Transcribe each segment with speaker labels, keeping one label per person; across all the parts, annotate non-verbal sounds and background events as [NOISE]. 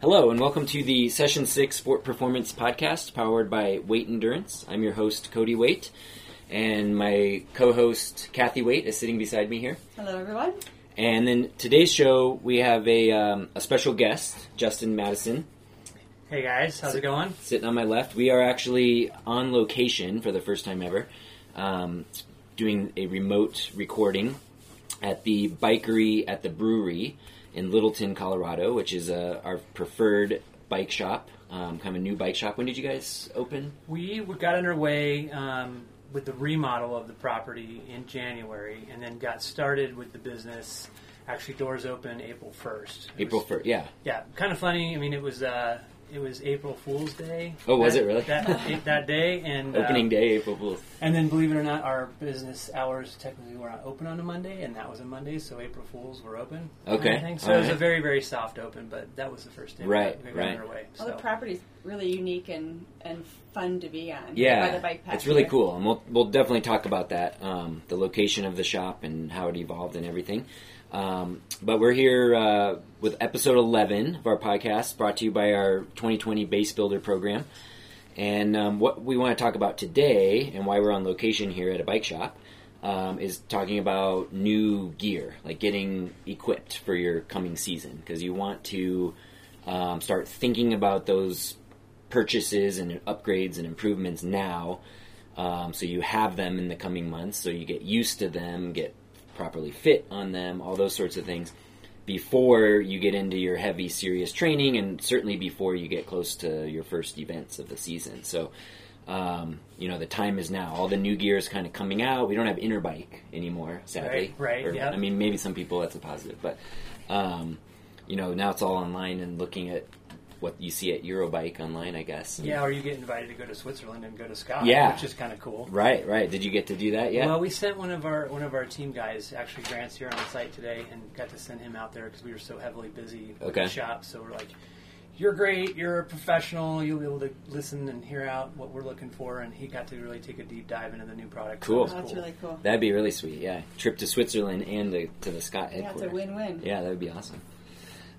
Speaker 1: Hello, and welcome to the Session 6 Sport Performance Podcast powered by Weight Endurance. I'm your host, Cody Waite, and my co host, Kathy Waite, is sitting beside me here.
Speaker 2: Hello, everyone.
Speaker 1: And then today's show, we have a, um, a special guest, Justin Madison,
Speaker 3: Hey guys, how's it going?
Speaker 1: sitting on my left. We are actually on location for the first time ever, um, doing a remote recording at the Bikery at the Brewery in Littleton, Colorado, which is uh, our preferred bike shop, um, kind of a new bike shop. When did you guys open?
Speaker 3: We w- got underway um, with the remodel of the property in January, and then got started with the business. Actually, doors open April first.
Speaker 1: April first, yeah.
Speaker 3: Yeah, kind of funny. I mean, it was uh, it was April Fool's Day.
Speaker 1: Oh, was
Speaker 3: that-
Speaker 1: it really?
Speaker 3: That that day and uh,
Speaker 1: Opening day, April Fool's.
Speaker 3: And then, believe it or not, our business hours technically were not open on a Monday, and that was a Monday, so April Fools were open. and
Speaker 1: Okay,
Speaker 3: everything. So
Speaker 1: all
Speaker 3: it was
Speaker 1: right.
Speaker 3: a very, very soft open, but that was the first day we
Speaker 1: Right,
Speaker 3: got- we got
Speaker 1: right.
Speaker 3: underway.
Speaker 2: Well, the
Speaker 3: so.
Speaker 2: property's really unique and, and fun to be on.
Speaker 1: Yeah,
Speaker 2: by the bike path.
Speaker 1: it's really
Speaker 2: here.
Speaker 1: cool, and we'll we'll definitely talk about that, um, the location of the shop and how it evolved and everything. Um, but we're here uh, with episode eleven of our podcast, brought to you by our 2020 Base Builder program. And um, what we want to talk about today, and why we're on location here at a bike shop, um, is talking about new gear, like getting equipped for your coming season, because you want to um, start thinking about those purchases and upgrades and improvements now, um, so you have them in the coming months, so you get used to them, get properly fit on them, all those sorts of things. Before you get into your heavy, serious training, and certainly before you get close to your first events of the season. So, um, you know, the time is now. All the new gear is kind of coming out. We don't have inner bike anymore, sadly.
Speaker 3: Right, right,
Speaker 1: Or,
Speaker 3: yep.
Speaker 1: I mean, maybe some people that's a positive, but um, you know, now it's all online and looking at what you see at Eurobike online, I guess.
Speaker 3: Yeah, or you get invited to go to Switzerland and go to Scott,
Speaker 1: Yeah.
Speaker 3: which is kind of cool.
Speaker 1: Right, right. Did you get to do that yet?
Speaker 3: Well, we sent one of our one of our team guys, actually Grant's here on site today, and got to send him out there because we were so heavily busy with
Speaker 1: Okay.
Speaker 3: the shop. So we're like, "You're great. You're a professional. You'll be able to listen and hear out what we're looking for." And he got to really take a deep dive into the new product. so
Speaker 1: Cool.
Speaker 3: it
Speaker 2: Oh,
Speaker 3: was
Speaker 2: that's really cool.
Speaker 1: That'd be really sweet. Yeah, trip to Switzerland and to, to the Scott
Speaker 2: Yeah, it's
Speaker 1: headquarters.
Speaker 2: a win-win.
Speaker 1: Yeah, that would be awesome.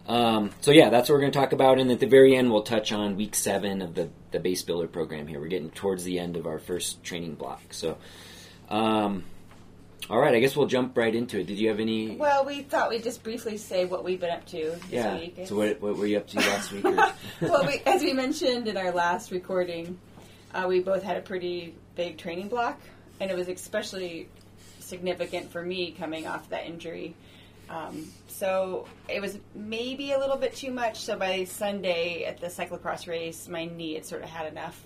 Speaker 1: Um, so yeah, that's what we're going to talk about, and at the very end, we'll touch on week seven of the the base builder program. Here, we're getting towards the end of our first training block. So, um, all right, I guess we'll jump right into it. Did you have any?
Speaker 2: Well, we thought we'd just briefly say what we've been up to this
Speaker 1: yeah.
Speaker 2: week.
Speaker 1: So
Speaker 2: [LAUGHS]
Speaker 1: what, what were you up to last week? Or...
Speaker 2: well, we, as we mentioned in our last recording, uh, we both had a pretty big training block, and it was especially significant for me coming off that injury. Um, so it was maybe a little bit too much. So by Sunday at the cyclocross race, my knee had sort of had enough.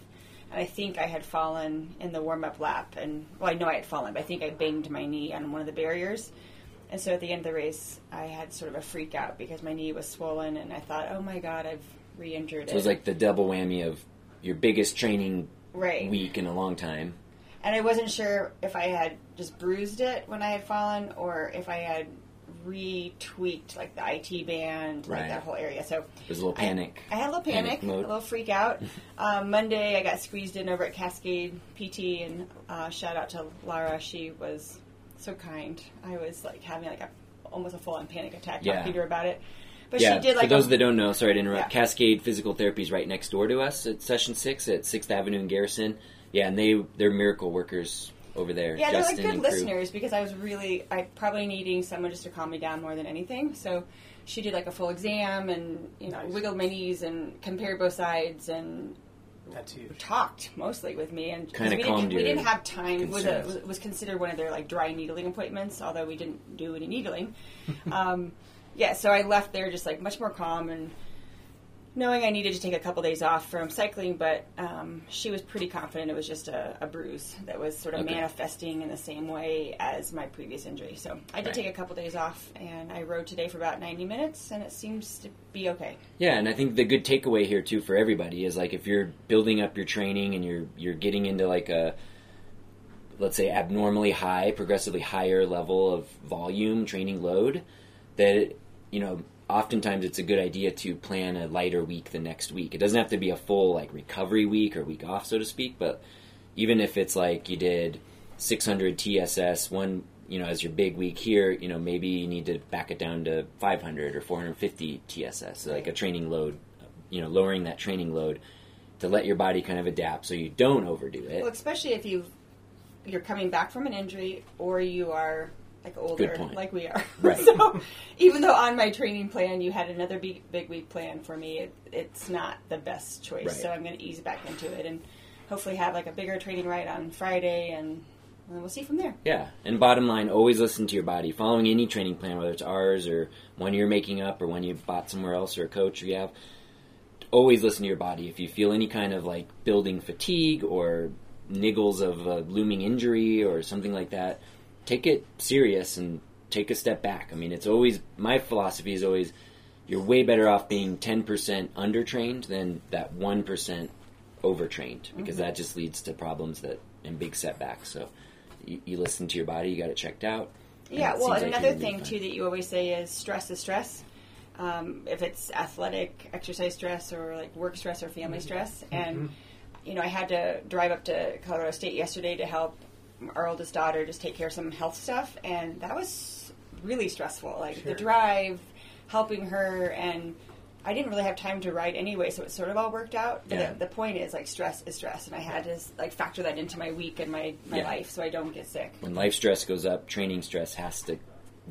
Speaker 2: And I think I had fallen in the warm up lap. And, well, I know I had fallen, but I think I banged my knee on one of the barriers. And so at the end of the race, I had sort of a freak out because my knee was swollen, and I thought, oh my god, I've re injured it.
Speaker 1: It was like the double whammy of your biggest training
Speaker 2: right.
Speaker 1: week in a long time.
Speaker 2: and I wasn't sure if I had just bruised it when I had fallen or if I had retweaked like the IT band,
Speaker 1: Right.
Speaker 2: like that whole area. So
Speaker 1: It was a little panic.
Speaker 2: I had a little
Speaker 1: Panic
Speaker 2: panic,
Speaker 1: mode.
Speaker 2: a little freak out. um, Monday, I got squeezed in over at Cascade PT, and uh, shout out to Lara. She was so kind. I was like having like a almost a full on panic attack
Speaker 1: Yeah.
Speaker 2: talking to her about it. But
Speaker 1: yeah,
Speaker 2: she did like
Speaker 1: for those
Speaker 2: a-
Speaker 1: that don't know, sorry to interrupt.
Speaker 2: Yeah.
Speaker 1: Cascade Physical Therapy is right next door to us at Session Six at Sixth Avenue in Garrison. Yeah, and they they're miracle workers over there.
Speaker 2: Yeah,
Speaker 1: Justin
Speaker 2: they're like
Speaker 1: and
Speaker 2: good
Speaker 1: crew.
Speaker 2: listeners because I was really, I probably needing someone just to calm me down more than anything. So she did like a full exam and you know
Speaker 3: Nice.
Speaker 2: wiggled my knees and compared both sides and
Speaker 3: That's huge.
Speaker 2: talked mostly with me and 'cause
Speaker 1: Kinda
Speaker 2: we,
Speaker 1: calmed
Speaker 2: didn't, we
Speaker 1: your
Speaker 2: didn't have time. It was, a,
Speaker 1: concerns.
Speaker 2: it was considered one of their like dry needling appointments, although we didn't do any needling. um, yeah, so I left there just like much more calm and knowing I needed to take a couple days off from cycling, but um, she was pretty confident it was just a, a bruise that was sort of
Speaker 1: Okay.
Speaker 2: manifesting in the same way as my previous injury. So I did
Speaker 1: Right.
Speaker 2: take a couple days off, and I rode today for about 90 minutes, and it seems to be okay.
Speaker 1: Yeah, and I think the good takeaway here too for everybody is like if you're building up your training and you're you're getting into like a let's say abnormally high, progressively higher level of volume training load, that you know oftentimes it's a good idea to plan a lighter week the next week. It doesn't have to be a full like recovery week or week off, so to speak, but even if it's like you did 600 TSS one, you know, as your big week here, you know, maybe you need to back it down to 500 or 450 TSS, so like a training load you know lowering that training load to let your body kind of adapt so you don't overdo it.
Speaker 2: Well, especially if you you're coming back from an injury or you are like older,
Speaker 1: point.
Speaker 2: like we are.
Speaker 1: Right.
Speaker 2: [LAUGHS] so even though on my training plan you had another big, big week plan for me, it, it's not the best choice.
Speaker 1: Right.
Speaker 2: So I'm going to ease back into it and hopefully have like a bigger training ride on Friday, and, and then we'll see from there.
Speaker 1: Yeah, and bottom line, always listen to your body. Following any training plan, whether it's ours or one you're making up or one you bought somewhere else or a coach you have, always listen to your body. If you feel any kind of like building fatigue or niggles of a looming injury or something like that, take it serious and take a step back. I mean, it's always my philosophy is always you're way better off being 10% undertrained than that 1% overtrained because
Speaker 2: Mm-hmm.
Speaker 1: that just leads to problems that and big setbacks. So you, you listen to your body, you got it checked out. and
Speaker 2: Yeah,
Speaker 1: it
Speaker 2: well,
Speaker 1: seems
Speaker 2: and
Speaker 1: like you're
Speaker 2: another
Speaker 1: gonna
Speaker 2: thing
Speaker 1: be
Speaker 2: too that you always say is stress is stress. Um, if it's athletic exercise stress or like work stress or family
Speaker 1: Mm-hmm.
Speaker 2: stress, and you know, I had to drive up to Colorado State yesterday to help our oldest daughter just take care of some health stuff, and that was really stressful. Like
Speaker 3: Sure.
Speaker 2: the drive, helping her, and I didn't really have time to ride anyway, so it sort of all worked out. But
Speaker 1: Yeah.
Speaker 2: the, the point is, like, stress is stress, and I had to like factor that into my week and my my
Speaker 1: Yeah.
Speaker 2: life so I don't get sick.
Speaker 1: When life stress goes up, training stress has to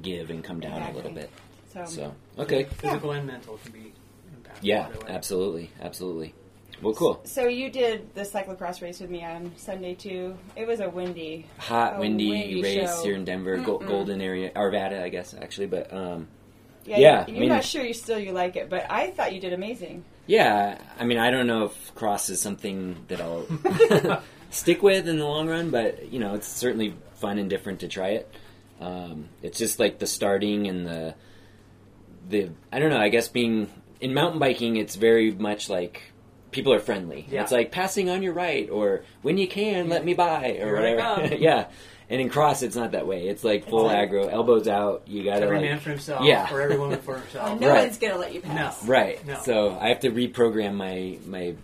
Speaker 1: give and come down a little bit.
Speaker 2: Exactly. So,
Speaker 1: So, okay.
Speaker 3: Physical and mental can be impactful.
Speaker 1: Yeah,
Speaker 3: either way.
Speaker 1: absolutely. Absolutely. Well, cool.
Speaker 2: So you did the cyclocross race with me on Sunday too. It was a windy.
Speaker 1: Hot,
Speaker 2: a
Speaker 1: windy,
Speaker 2: windy
Speaker 1: race
Speaker 2: show.
Speaker 1: here in Denver, Go- golden area, Arvada, I guess, actually. But um,
Speaker 2: Yeah,
Speaker 1: Yeah,
Speaker 2: you're
Speaker 1: I mean-
Speaker 2: not sure you still you like it, but I thought you did amazing.
Speaker 1: yeah, I mean, I don't know if cross is something that
Speaker 3: [LAUGHS]
Speaker 1: I'll stick with in the long run, but you know, it's certainly fun and different to try it. Um, it's just like the starting and the the I don't know. I guess being in mountain biking, it's very much like people are friendly.
Speaker 3: Yeah.
Speaker 1: It's like passing on your right, or when you can, let me by, or
Speaker 3: Here I
Speaker 1: whatever.
Speaker 3: come.
Speaker 1: [LAUGHS] yeah. And in cross, it's not that way. It's like full
Speaker 2: like-
Speaker 1: aggro, elbows out. You gotta
Speaker 3: Every
Speaker 1: like
Speaker 3: man for himself,
Speaker 1: Yeah.
Speaker 3: or every woman for
Speaker 2: [LAUGHS]
Speaker 3: herself.
Speaker 2: Oh, no
Speaker 1: Right.
Speaker 2: one's gonna let you pass.
Speaker 1: Right.
Speaker 3: No.
Speaker 1: So I have to reprogram my my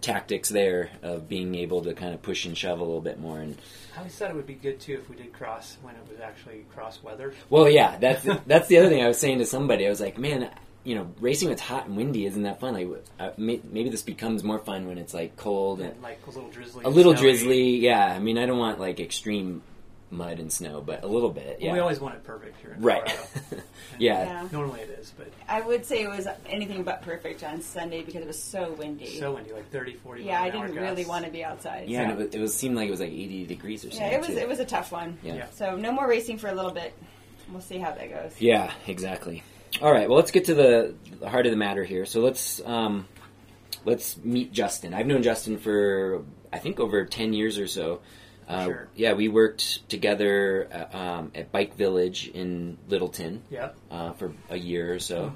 Speaker 1: tactics there of being able to kind of push and shove a little bit more. And
Speaker 3: I always thought it would be good too if we did cross when it was actually cross weather.
Speaker 1: well, yeah,
Speaker 3: [LAUGHS]
Speaker 1: that's that's the other thing I was saying to somebody. I was like, man, you know, racing when it's hot and windy isn't that fun. Like, uh, may, maybe this becomes more fun when it's like cold and
Speaker 3: And like a little drizzly.
Speaker 1: a
Speaker 3: and
Speaker 1: little
Speaker 3: snowy.
Speaker 1: drizzly. Yeah, I mean, I don't want like extreme mud and snow, but a little bit. Yeah.
Speaker 3: We always want it perfect here in
Speaker 1: right. [LAUGHS]
Speaker 3: [LAUGHS] Colorado.
Speaker 2: [LAUGHS]
Speaker 1: yeah.
Speaker 2: Yeah.
Speaker 3: Normally it is, but
Speaker 2: I would say it was anything but perfect on Sunday because it was so windy.
Speaker 3: so windy, like 30, 40
Speaker 2: yeah,
Speaker 3: mile
Speaker 2: I
Speaker 3: an hour
Speaker 2: didn't really
Speaker 3: gusts.
Speaker 2: want to be outside.
Speaker 1: Yeah, and it, was, it was seemed like it was like 80 degrees or
Speaker 2: Yeah,
Speaker 1: something.
Speaker 2: it was
Speaker 1: too.
Speaker 2: it was a tough one.
Speaker 1: Yeah.
Speaker 2: So no more racing for a little bit. We'll see how that goes.
Speaker 1: Yeah, exactly. All right, well, let's get to the, the heart of the matter here. So let's um, let's meet Justin. I've known Justin for I think over ten years or so. Uh,
Speaker 3: Sure.
Speaker 1: Yeah, we worked together uh, um, at Bike Village in Littleton
Speaker 3: Yep. Mm-hmm.
Speaker 1: uh, for a year or so,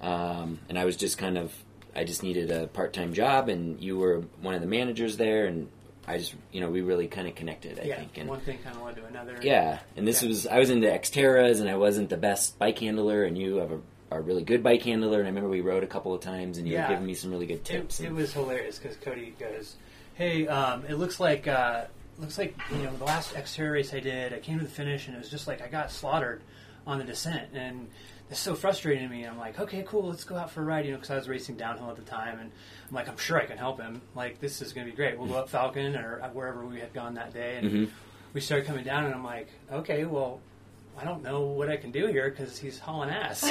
Speaker 1: um, and I was just kind of I just needed a part time job, and you were one of the managers there, and I just you know we really kind of connected. I
Speaker 3: yeah.
Speaker 1: think. And,
Speaker 3: One thing kind of led to another.
Speaker 1: yeah, and this
Speaker 3: Yeah.
Speaker 1: was I was into Xterras, and I wasn't the best bike handler, and you have a are a really good bike handler. And I remember we rode a couple of times, and you
Speaker 3: Yeah.
Speaker 1: were giving me some really good tips.
Speaker 3: It, it
Speaker 1: and-
Speaker 3: was hilarious because Cody goes, "Hey, um, it looks like uh, looks like you know the last Xterra race I did. I came to the finish and it was just like I got slaughtered on the descent, and it's so frustrating to me. I'm like, okay, cool, let's go out for a ride, you know, because I was racing downhill at the time, and I'm like, I'm sure I can help him. Like this is going to be great. We'll go up Falcon or wherever we had gone that day, and we started coming down, and I'm like, okay, well. I don't know what I can do here because he's hauling ass. [LAUGHS]
Speaker 1: [LAUGHS]
Speaker 3: So-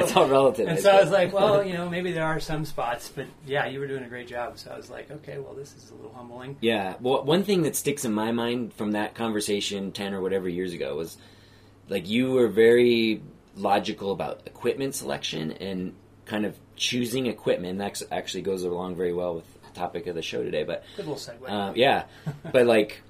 Speaker 1: it's all relative.
Speaker 3: and so I was
Speaker 1: suppose.
Speaker 3: like, well, you know, maybe there are some spots, but yeah, you were doing a great job. So I was like, okay, well, this is a little humbling.
Speaker 1: Yeah. Well, one thing that sticks in my mind from that conversation ten or whatever years ago was, like, you were very logical about equipment selection and kind of choosing equipment. And that actually goes along very well with the topic of the show today. But
Speaker 3: Good little segue.
Speaker 1: Uh, yeah, but like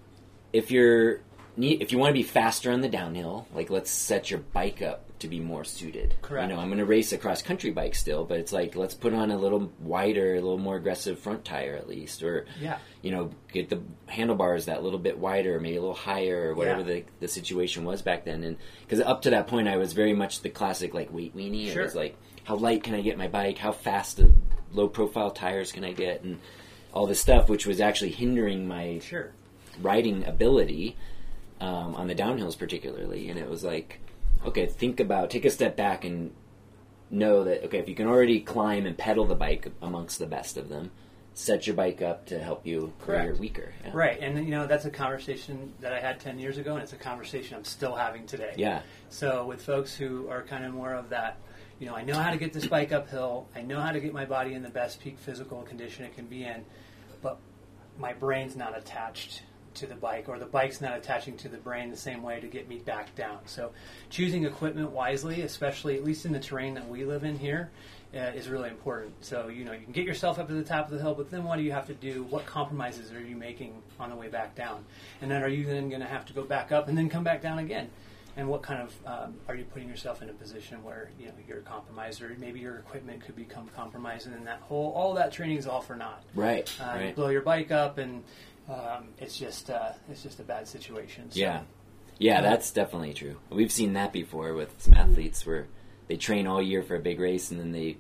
Speaker 1: if you're need, if you want to be faster on the downhill, like let's set your bike up to be more suited.
Speaker 3: Correct.
Speaker 1: You know, I'm going to race a cross country bike still, but it's like let's put on a little wider, a little more aggressive front tire at least, or
Speaker 3: Yeah.
Speaker 1: you know, get the handlebars that little bit wider, maybe a little higher, or whatever
Speaker 3: Yeah.
Speaker 1: the the situation was back then. And because up to that point, I was very much the classic like weight weenie. It
Speaker 3: Sure.
Speaker 1: was like how light can I get my bike? How fast the low profile tires can I get? And all this stuff, which was actually hindering my
Speaker 3: sure.
Speaker 1: riding ability um, on the downhills, particularly. And it was like, okay, think about, take a step back and know that okay, if you can already climb and pedal the bike amongst the best of them, set your bike up to help you where
Speaker 3: Correct.
Speaker 1: you're weaker. Yeah.
Speaker 3: Right, and you know that's a conversation that I had ten years ago, and it's a conversation I'm still having today.
Speaker 1: Yeah.
Speaker 3: So with folks who are kind of more of that, you know, I know how to get this bike uphill. I know how to get my body in the best peak physical condition it can be in, but my brain's not attached to the bike, or the bike's not attaching to the brain the same way to get me back down. So choosing equipment wisely, especially at least in the terrain that we live in here. Uh, is really important. So you know you can get yourself up to the top of the hill, but then what do you have to do? What compromises are you making on the way back down? And then are you then going to have to go back up and then come back down again? and what kind of um, are you putting yourself in a position where you know you're compromised or maybe your equipment could become compromised and then that whole all that training is all for naught
Speaker 1: Right.
Speaker 3: uh, you
Speaker 1: right.
Speaker 3: blow your bike up and um, it's just uh, it's just a bad situation so,
Speaker 1: Yeah. Yeah, that's definitely true. We've seen that before with some
Speaker 2: Mm-hmm.
Speaker 1: athletes where they train all year for a big race and then they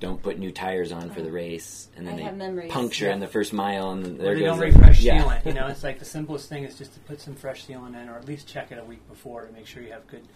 Speaker 1: don't put new tires on for the race and then
Speaker 2: Oh. I
Speaker 1: they
Speaker 2: have memories.
Speaker 1: puncture in the first mile and there
Speaker 3: or they
Speaker 1: goes
Speaker 3: don't
Speaker 1: the-
Speaker 3: refresh
Speaker 1: yeah.
Speaker 3: sealant you know it's like the simplest thing is just to put some fresh sealant in or at least check it a week before to make sure you have good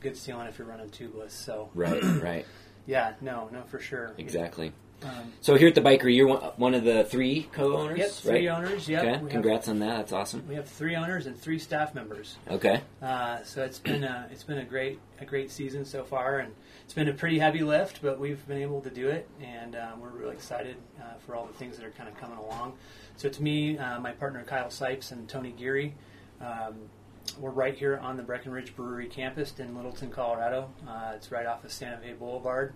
Speaker 3: good sealant if you're running tubeless so
Speaker 1: [LAUGHS] Right, right.
Speaker 3: yeah no no for sure
Speaker 1: Exactly.
Speaker 3: [CLEARS THROAT] um,
Speaker 1: So here at the Biker, you're one, one of the three co-owners,
Speaker 3: yep three
Speaker 1: right?
Speaker 3: owners yep
Speaker 1: Okay.
Speaker 3: we have
Speaker 1: Congrats on that. That's awesome.
Speaker 3: we have three owners and three staff members
Speaker 1: Okay.
Speaker 3: Uh, so it's been a, it's been a great a great season so far, and it's been a pretty heavy lift, but we've been able to do it, and uh, we're really excited uh, for all the things that are kind of coming along. So to me, uh, my partner Kyle Sipes and Tony Geary, um, we're right here on the Breckenridge Brewery campus in Littleton, Colorado. Uh, it's right off of Santa Fe Boulevard.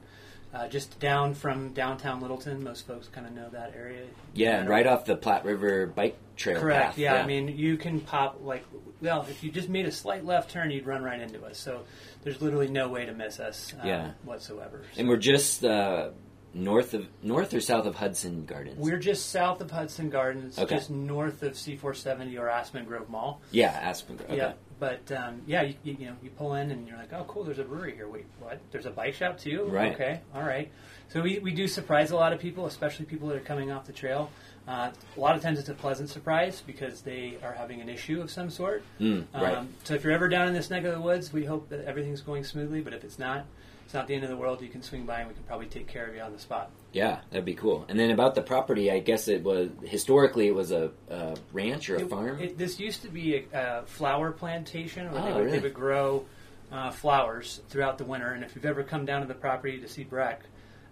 Speaker 3: Uh, just down from downtown Littleton, most folks kind of know that area.
Speaker 1: Yeah, and right off the Platte River bike trail
Speaker 3: Correct.
Speaker 1: path.
Speaker 3: yeah. I mean, you can pop like well, if you just made a slight left turn, you'd run right into us. So there's literally no way to miss us. uh,
Speaker 1: Yeah.
Speaker 3: Whatsoever. So
Speaker 1: and we're just uh, north of north or south of Hudson Gardens.
Speaker 3: we're just south of Hudson Gardens,
Speaker 1: Okay.
Speaker 3: just north of C470 or Aspen Grove Mall.
Speaker 1: yeah, Aspen. Grove. Okay.
Speaker 3: Yeah. But um, yeah, you, you, you know, you pull in and you're like, oh, cool. There's a brewery here. Wait, what? There's a bike shop too.
Speaker 1: Right.
Speaker 3: Okay. All right. So we, we do surprise a lot of people, especially people that are coming off the trail. Uh, a lot of times it's a pleasant surprise because they are having an issue of some sort.
Speaker 1: Mm, right.
Speaker 3: Um, so if you're ever down in this neck of the woods, we hope that everything's going smoothly. But if it's not, it's not the end of the world. You can swing by and we can probably take care of you on the spot.
Speaker 1: Yeah, that'd be cool. And then about the property, I guess it was historically it was a, a ranch or a
Speaker 3: It-
Speaker 1: farm.
Speaker 3: It, this used to be a, a flower plantation where they,
Speaker 1: Oh,
Speaker 3: would,
Speaker 1: really?
Speaker 3: they would grow uh, flowers throughout the winter. And if you've ever come down to the property to see Breck,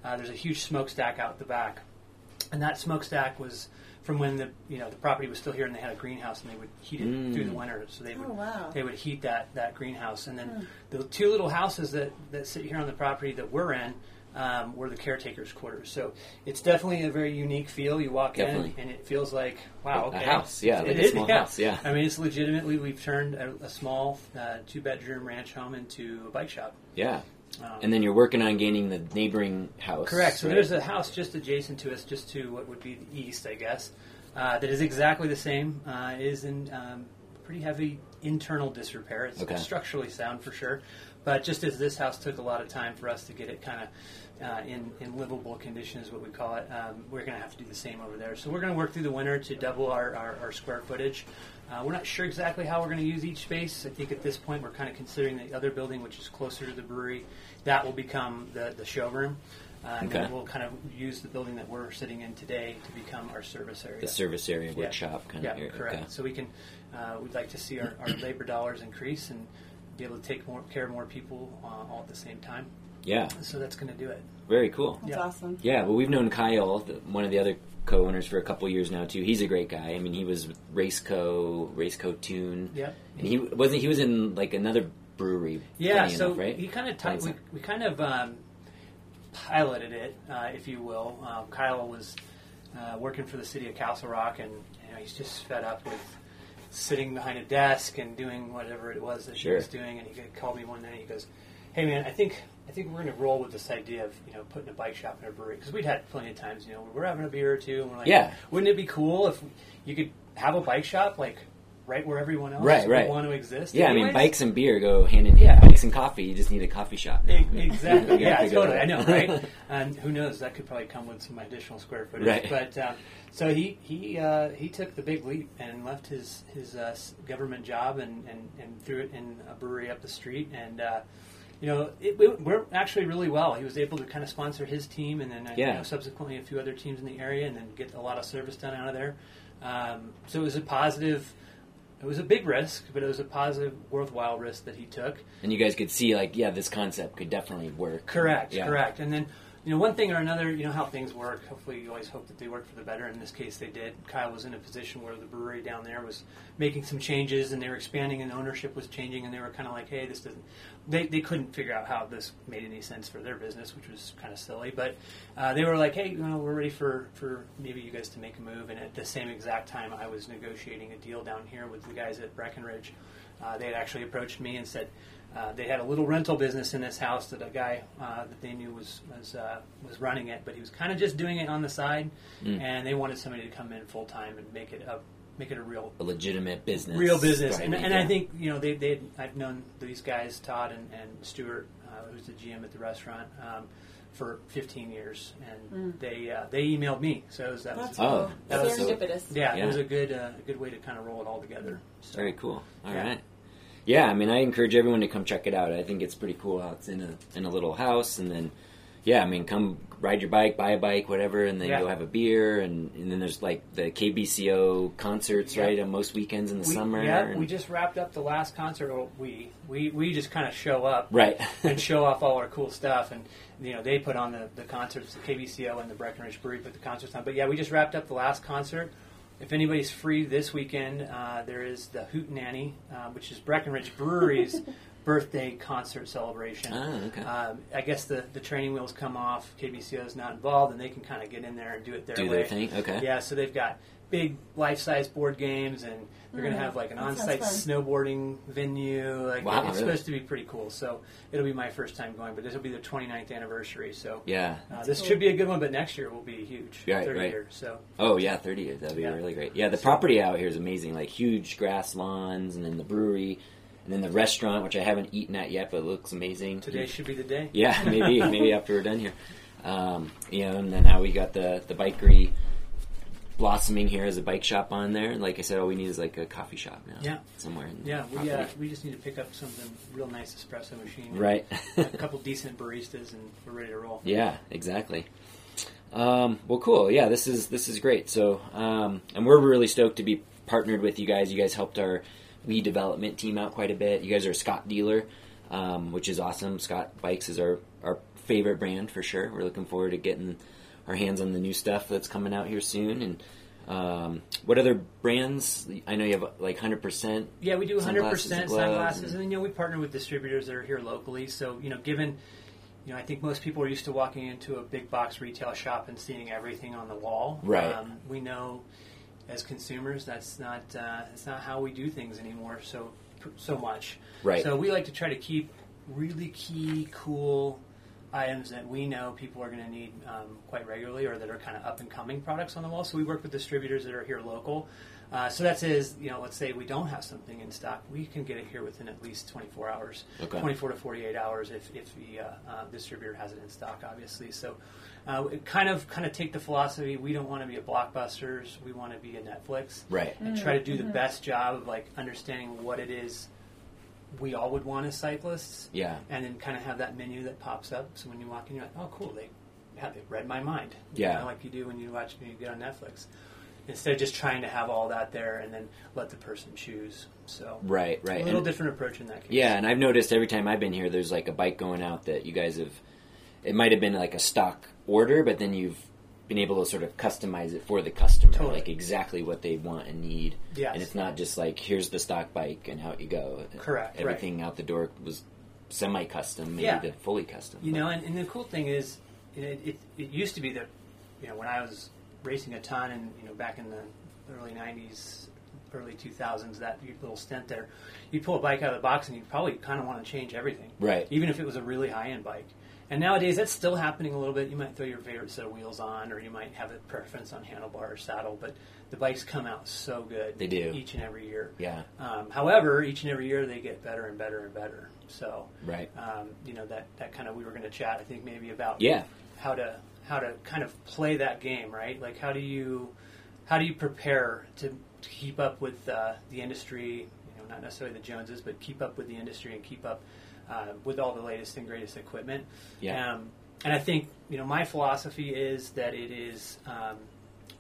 Speaker 3: uh, there's a huge smokestack out the back, and that smokestack was from when the you know the property was still here, and they had a greenhouse, and they would heat it
Speaker 1: Mm.
Speaker 3: through the winter. So they would
Speaker 2: Oh, wow. Hmm.
Speaker 3: they would heat that that greenhouse, and then the two little houses that that sit here on the property that we're in. Um, were the caretakers' quarters, so it's definitely a very unique feel. You walk
Speaker 1: Definitely.
Speaker 3: in, and it feels like
Speaker 1: A
Speaker 3: wow, okay,
Speaker 1: house, yeah, like
Speaker 3: It
Speaker 1: a
Speaker 3: is,
Speaker 1: small house, yeah.
Speaker 3: I mean, it's legitimately we've turned a, a small uh, two bedroom ranch home into a bike shop.
Speaker 1: yeah.
Speaker 3: Um,
Speaker 1: And then you're working on gaining the neighboring house.
Speaker 3: correct. So
Speaker 1: right?
Speaker 3: there's a house just adjacent to us, just to what would be the east, I guess. Uh, that is exactly the same. Uh, it is in um, pretty heavy internal disrepair. It's
Speaker 1: Okay.
Speaker 3: structurally sound for sure, but just as this house took a lot of time for us to get it kind of uh, in in livable condition, is what we call it. Um, we're going to have to do the same over there. So we're going to work through the winter to double our, our, our square footage. Uh, we're not sure exactly how we're going to use each space. I think at this point we're kind of considering the other building, which is closer to the brewery, that will become the the showroom. Uh, and
Speaker 1: Okay.
Speaker 3: then we'll kind of use the building that we're sitting in today to become our service area.
Speaker 1: the service area,
Speaker 3: Yeah.
Speaker 1: workshop kind
Speaker 3: Yeah,
Speaker 1: of area.
Speaker 3: correct.
Speaker 1: Okay.
Speaker 3: So we can, uh, we'd like to see our, our labor dollars increase and be able to take more care of more people uh, all at the same time.
Speaker 1: Yeah,
Speaker 3: So that's going to do it.
Speaker 1: very cool.
Speaker 2: That's
Speaker 3: Yeah.
Speaker 2: awesome.
Speaker 1: Yeah, well, we've known Kyle, the, one of the other co-owners, for a couple years now too. He's a great guy. I mean, he was with Raceco, Raceco Tune.
Speaker 3: Yeah.
Speaker 1: and he wasn't. He was in like another brewery.
Speaker 3: Yeah.
Speaker 1: funny
Speaker 3: So
Speaker 1: enough, right?
Speaker 3: he kind of
Speaker 1: Funny
Speaker 3: t- we,
Speaker 1: enough.
Speaker 3: we kind of um, piloted it, uh, if you will. Uh, Kyle was uh, working for the city of Castle Rock, and you know, he's just fed up with sitting behind a desk and doing whatever it was that
Speaker 1: Sure.
Speaker 3: he was doing. And he called me one night. and He goes, "Hey, man, I think I think we're going to roll with this idea of you know putting a bike shop in a brewery because we'd had plenty of times. You know, we're having a beer or two, and we're like,
Speaker 1: Yeah.
Speaker 3: wouldn't it be cool if you could have a bike shop like right where everyone else
Speaker 1: Right,
Speaker 3: would
Speaker 1: right.
Speaker 3: want to exist?
Speaker 1: Yeah, I mean,
Speaker 3: anyways?"
Speaker 1: bikes and beer go hand in hand.
Speaker 3: Yeah.
Speaker 1: Bikes and coffee, you just need a coffee shop. now. [LAUGHS]
Speaker 3: E-
Speaker 1: We-
Speaker 3: Exactly.
Speaker 1: we gotta
Speaker 3: yeah,
Speaker 1: figure
Speaker 3: totally.
Speaker 1: that
Speaker 3: I know,
Speaker 1: [LAUGHS] out.
Speaker 3: right? and who knows? That could probably come with some additional square footage.
Speaker 1: Right.
Speaker 3: But um, so he he uh, he took the big leap and left his his uh, s- government job and, and and threw it in a brewery up the street and. Uh, you know, it, it worked actually really well. He was able to kind of sponsor his team, and then uh, you
Speaker 1: Yeah.
Speaker 3: know, subsequently a few other teams in the area, and then get a lot of service done out of there. Um, so it was a positive. It was a big risk, but it was a positive, worthwhile risk that he took.
Speaker 1: And you guys could see, like, yeah, this concept could definitely work.
Speaker 3: Correct,
Speaker 1: Yeah.
Speaker 3: correct. And then, you know, one thing or another, you know how things work. Hopefully, you always hope that they work for the better. In this case, they did. Kyle was in a position where the brewery down there was making some changes, and they were expanding, and ownership was changing, and they were kind of like, "Hey, this doesn't." They they couldn't figure out how this made any sense for their business, which was kind of silly. But uh, they were like, "Hey, you know, we're ready for for maybe you guys to make a move." And at the same exact time, I was negotiating a deal down here with the guys at Breckenridge. Uh, they had actually approached me and said uh, they had a little rental business in this house that a guy uh, that they knew was was uh, was running it, but he was kind of just doing it on the side,
Speaker 1: Mm.
Speaker 3: and they wanted somebody to come in full time and make it a make it a real
Speaker 1: A legitimate business.
Speaker 3: real business.
Speaker 1: Right,
Speaker 3: And, and I
Speaker 1: yeah.
Speaker 3: think you know they they I've known these guys Todd and, and Stuart, uh, who's the GM at the restaurant. Um, for 15 years, and they uh, they emailed me, so it was, that was
Speaker 2: That's
Speaker 1: Oh,
Speaker 2: cool.
Speaker 1: that
Speaker 3: was-
Speaker 2: serendipitous.
Speaker 3: yeah, it was
Speaker 1: Yeah.
Speaker 3: a good uh, a good way to kind of roll it all together. So.
Speaker 1: Very cool. All right.
Speaker 3: Yeah.
Speaker 1: yeah. I mean, I encourage everyone to come check it out. I think it's pretty cool how it's in a in a little house, and then, yeah, I mean, come ride your bike, buy a bike, whatever, and then
Speaker 3: Yeah.
Speaker 1: go have a beer, and, and then there's like the KBCO concerts,
Speaker 3: Yeah.
Speaker 1: right, on most weekends in the
Speaker 3: we,
Speaker 1: summer.
Speaker 3: Yeah,
Speaker 1: and-
Speaker 3: we just wrapped up the last concert. Or we we we just kind of show up [LAUGHS]
Speaker 1: right. [LAUGHS]
Speaker 3: and show off all our cool stuff. And you know, they put on the, the concerts, the KBCO and the Breckenridge Brewery put the concerts on. But yeah, we just wrapped up the last concert. If anybody's free this weekend, uh, there is the Hoot Nanny, uh, which is Breckenridge
Speaker 1: [LAUGHS]
Speaker 3: Brewery's birthday concert celebration.
Speaker 1: Ah, okay.
Speaker 3: um, I guess the, the training wheels come off. KBCO is not involved, and they can kind of get in there and do it their
Speaker 1: Do
Speaker 3: way.
Speaker 1: their thing. Okay.
Speaker 3: Yeah, so they've got big life-size board games, and they're going to have like an
Speaker 2: Mm-hmm. that sounds
Speaker 3: on-site
Speaker 2: fun.
Speaker 3: snowboarding venue. Like
Speaker 1: Wow,
Speaker 3: it's
Speaker 1: really?
Speaker 3: supposed to be pretty cool. So it'll be my first time going, but this will be the 29th anniversary. So
Speaker 1: Yeah.
Speaker 3: uh, this
Speaker 2: cool.
Speaker 3: should be a good one, but next year will be huge.
Speaker 1: Right,
Speaker 3: 30
Speaker 1: right.
Speaker 3: years. So
Speaker 1: Oh yeah, thirty years. That'd be
Speaker 3: Yeah.
Speaker 1: really great. Yeah, the property out here is amazing. Like huge grass lawns, and then the brewery, and then the restaurant, which I haven't eaten at yet, but it looks amazing.
Speaker 3: today should be the day.
Speaker 1: Yeah, [LAUGHS]
Speaker 3: [LAUGHS]
Speaker 1: maybe maybe after we're done here. Um, you know, and then now we got the the bikery blossoming here as a bike shop on there. And like I said, all we need is like a coffee shop now.
Speaker 3: Yeah.
Speaker 1: somewhere. In the
Speaker 3: Yeah, we,
Speaker 1: property.
Speaker 3: uh, we just need to pick up something real nice espresso machine. and
Speaker 1: Right. [LAUGHS]
Speaker 3: a couple decent baristas, and we're ready to roll.
Speaker 1: yeah, exactly. Um, well, cool. Yeah, this is this is great. So, um, and we're really stoked to be partnered with you guys. You guys helped our Wii development team out quite a bit. You guys are a Scott dealer, um, which is awesome. Scott Bikes is our our favorite brand for sure. We're looking forward to getting our hands on the new stuff that's coming out here soon. And um, what other brands? I know you have like hundred percent.
Speaker 3: Yeah, we do 100%
Speaker 1: Sunglasses
Speaker 3: sunglasses,
Speaker 1: and
Speaker 3: and,
Speaker 1: gloves and-
Speaker 3: then you know we partner with distributors that are here locally. So you know, given you know, I think most people are used to walking into a big box retail shop and seeing everything on the wall.
Speaker 1: Right.
Speaker 3: Um, we know as consumers that's not uh, that's not how we do things anymore. So so much.
Speaker 1: Right.
Speaker 3: So we like to try to keep really key, cool items that we know people are going to need um, quite regularly or that are kind of up and coming products on the wall. So we work with distributors that are here local. Uh, so that says, you know, let's say we don't have something in stock, we can get it here within at least 24 hours,
Speaker 1: Okay.
Speaker 3: 24 to 48 hours if, if the uh, uh, distributor has it in stock, obviously. So uh, we kind of kind of take the philosophy we don't want to be a Blockbusters, we want to be a Netflix
Speaker 1: Right.
Speaker 3: and try to do the best job of like understanding what it is we all would want as cyclists
Speaker 1: Yeah.
Speaker 3: and then kind of have that menu that pops up so when you walk in you're like oh cool they yeah, they read my mind You
Speaker 1: Yeah.
Speaker 3: know, like you do when you watch when you get on netflix instead of just trying to have all that there and then let the person choose so
Speaker 1: Right. Right.
Speaker 3: a little
Speaker 1: And-
Speaker 3: different approach in that case
Speaker 1: Yeah, and I've noticed every time I've been here, there's like a bike going out that you guys have. It might have been like a stock order, but then you've been able to sort of customize it for the customer,
Speaker 3: Totally.
Speaker 1: like exactly what they want and need.
Speaker 3: Yes.
Speaker 1: and it's not just like here's the stock bike and out you go.
Speaker 3: Correct, right.
Speaker 1: Everything out the door was semi-custom, maybe
Speaker 3: Yeah.
Speaker 1: to fully custom.
Speaker 3: You
Speaker 1: but-
Speaker 3: know, and, and the cool thing is, it, it, it used to be that, you know, when I was racing a ton and, you know, back in the early 90s, early 2000s, that little stint there, you'd pull a bike out of the box and you'd probably kind of want to change everything.
Speaker 1: Right.
Speaker 3: Even if it was a really high end bike. And nowadays, that's still happening a little bit. You might throw your favorite set of wheels on, or you might have a preference on handlebar or saddle, but the bikes come out so good.
Speaker 1: They do.
Speaker 3: Each and every year.
Speaker 1: yeah,
Speaker 3: Um, however, each and every year they get better and better and better. So,
Speaker 1: Right.
Speaker 3: um, you know that that kind of we were going to chat. I think maybe about
Speaker 1: Yeah.
Speaker 3: how to how to kind of play that game, right? Like how do you how do you prepare to, to keep up with uh, the industry? You know, not necessarily the Joneses, but keep up with the industry and keep up uh, with all the latest and greatest equipment.
Speaker 1: Yeah.
Speaker 3: Um, and I think you know my philosophy is that it is um,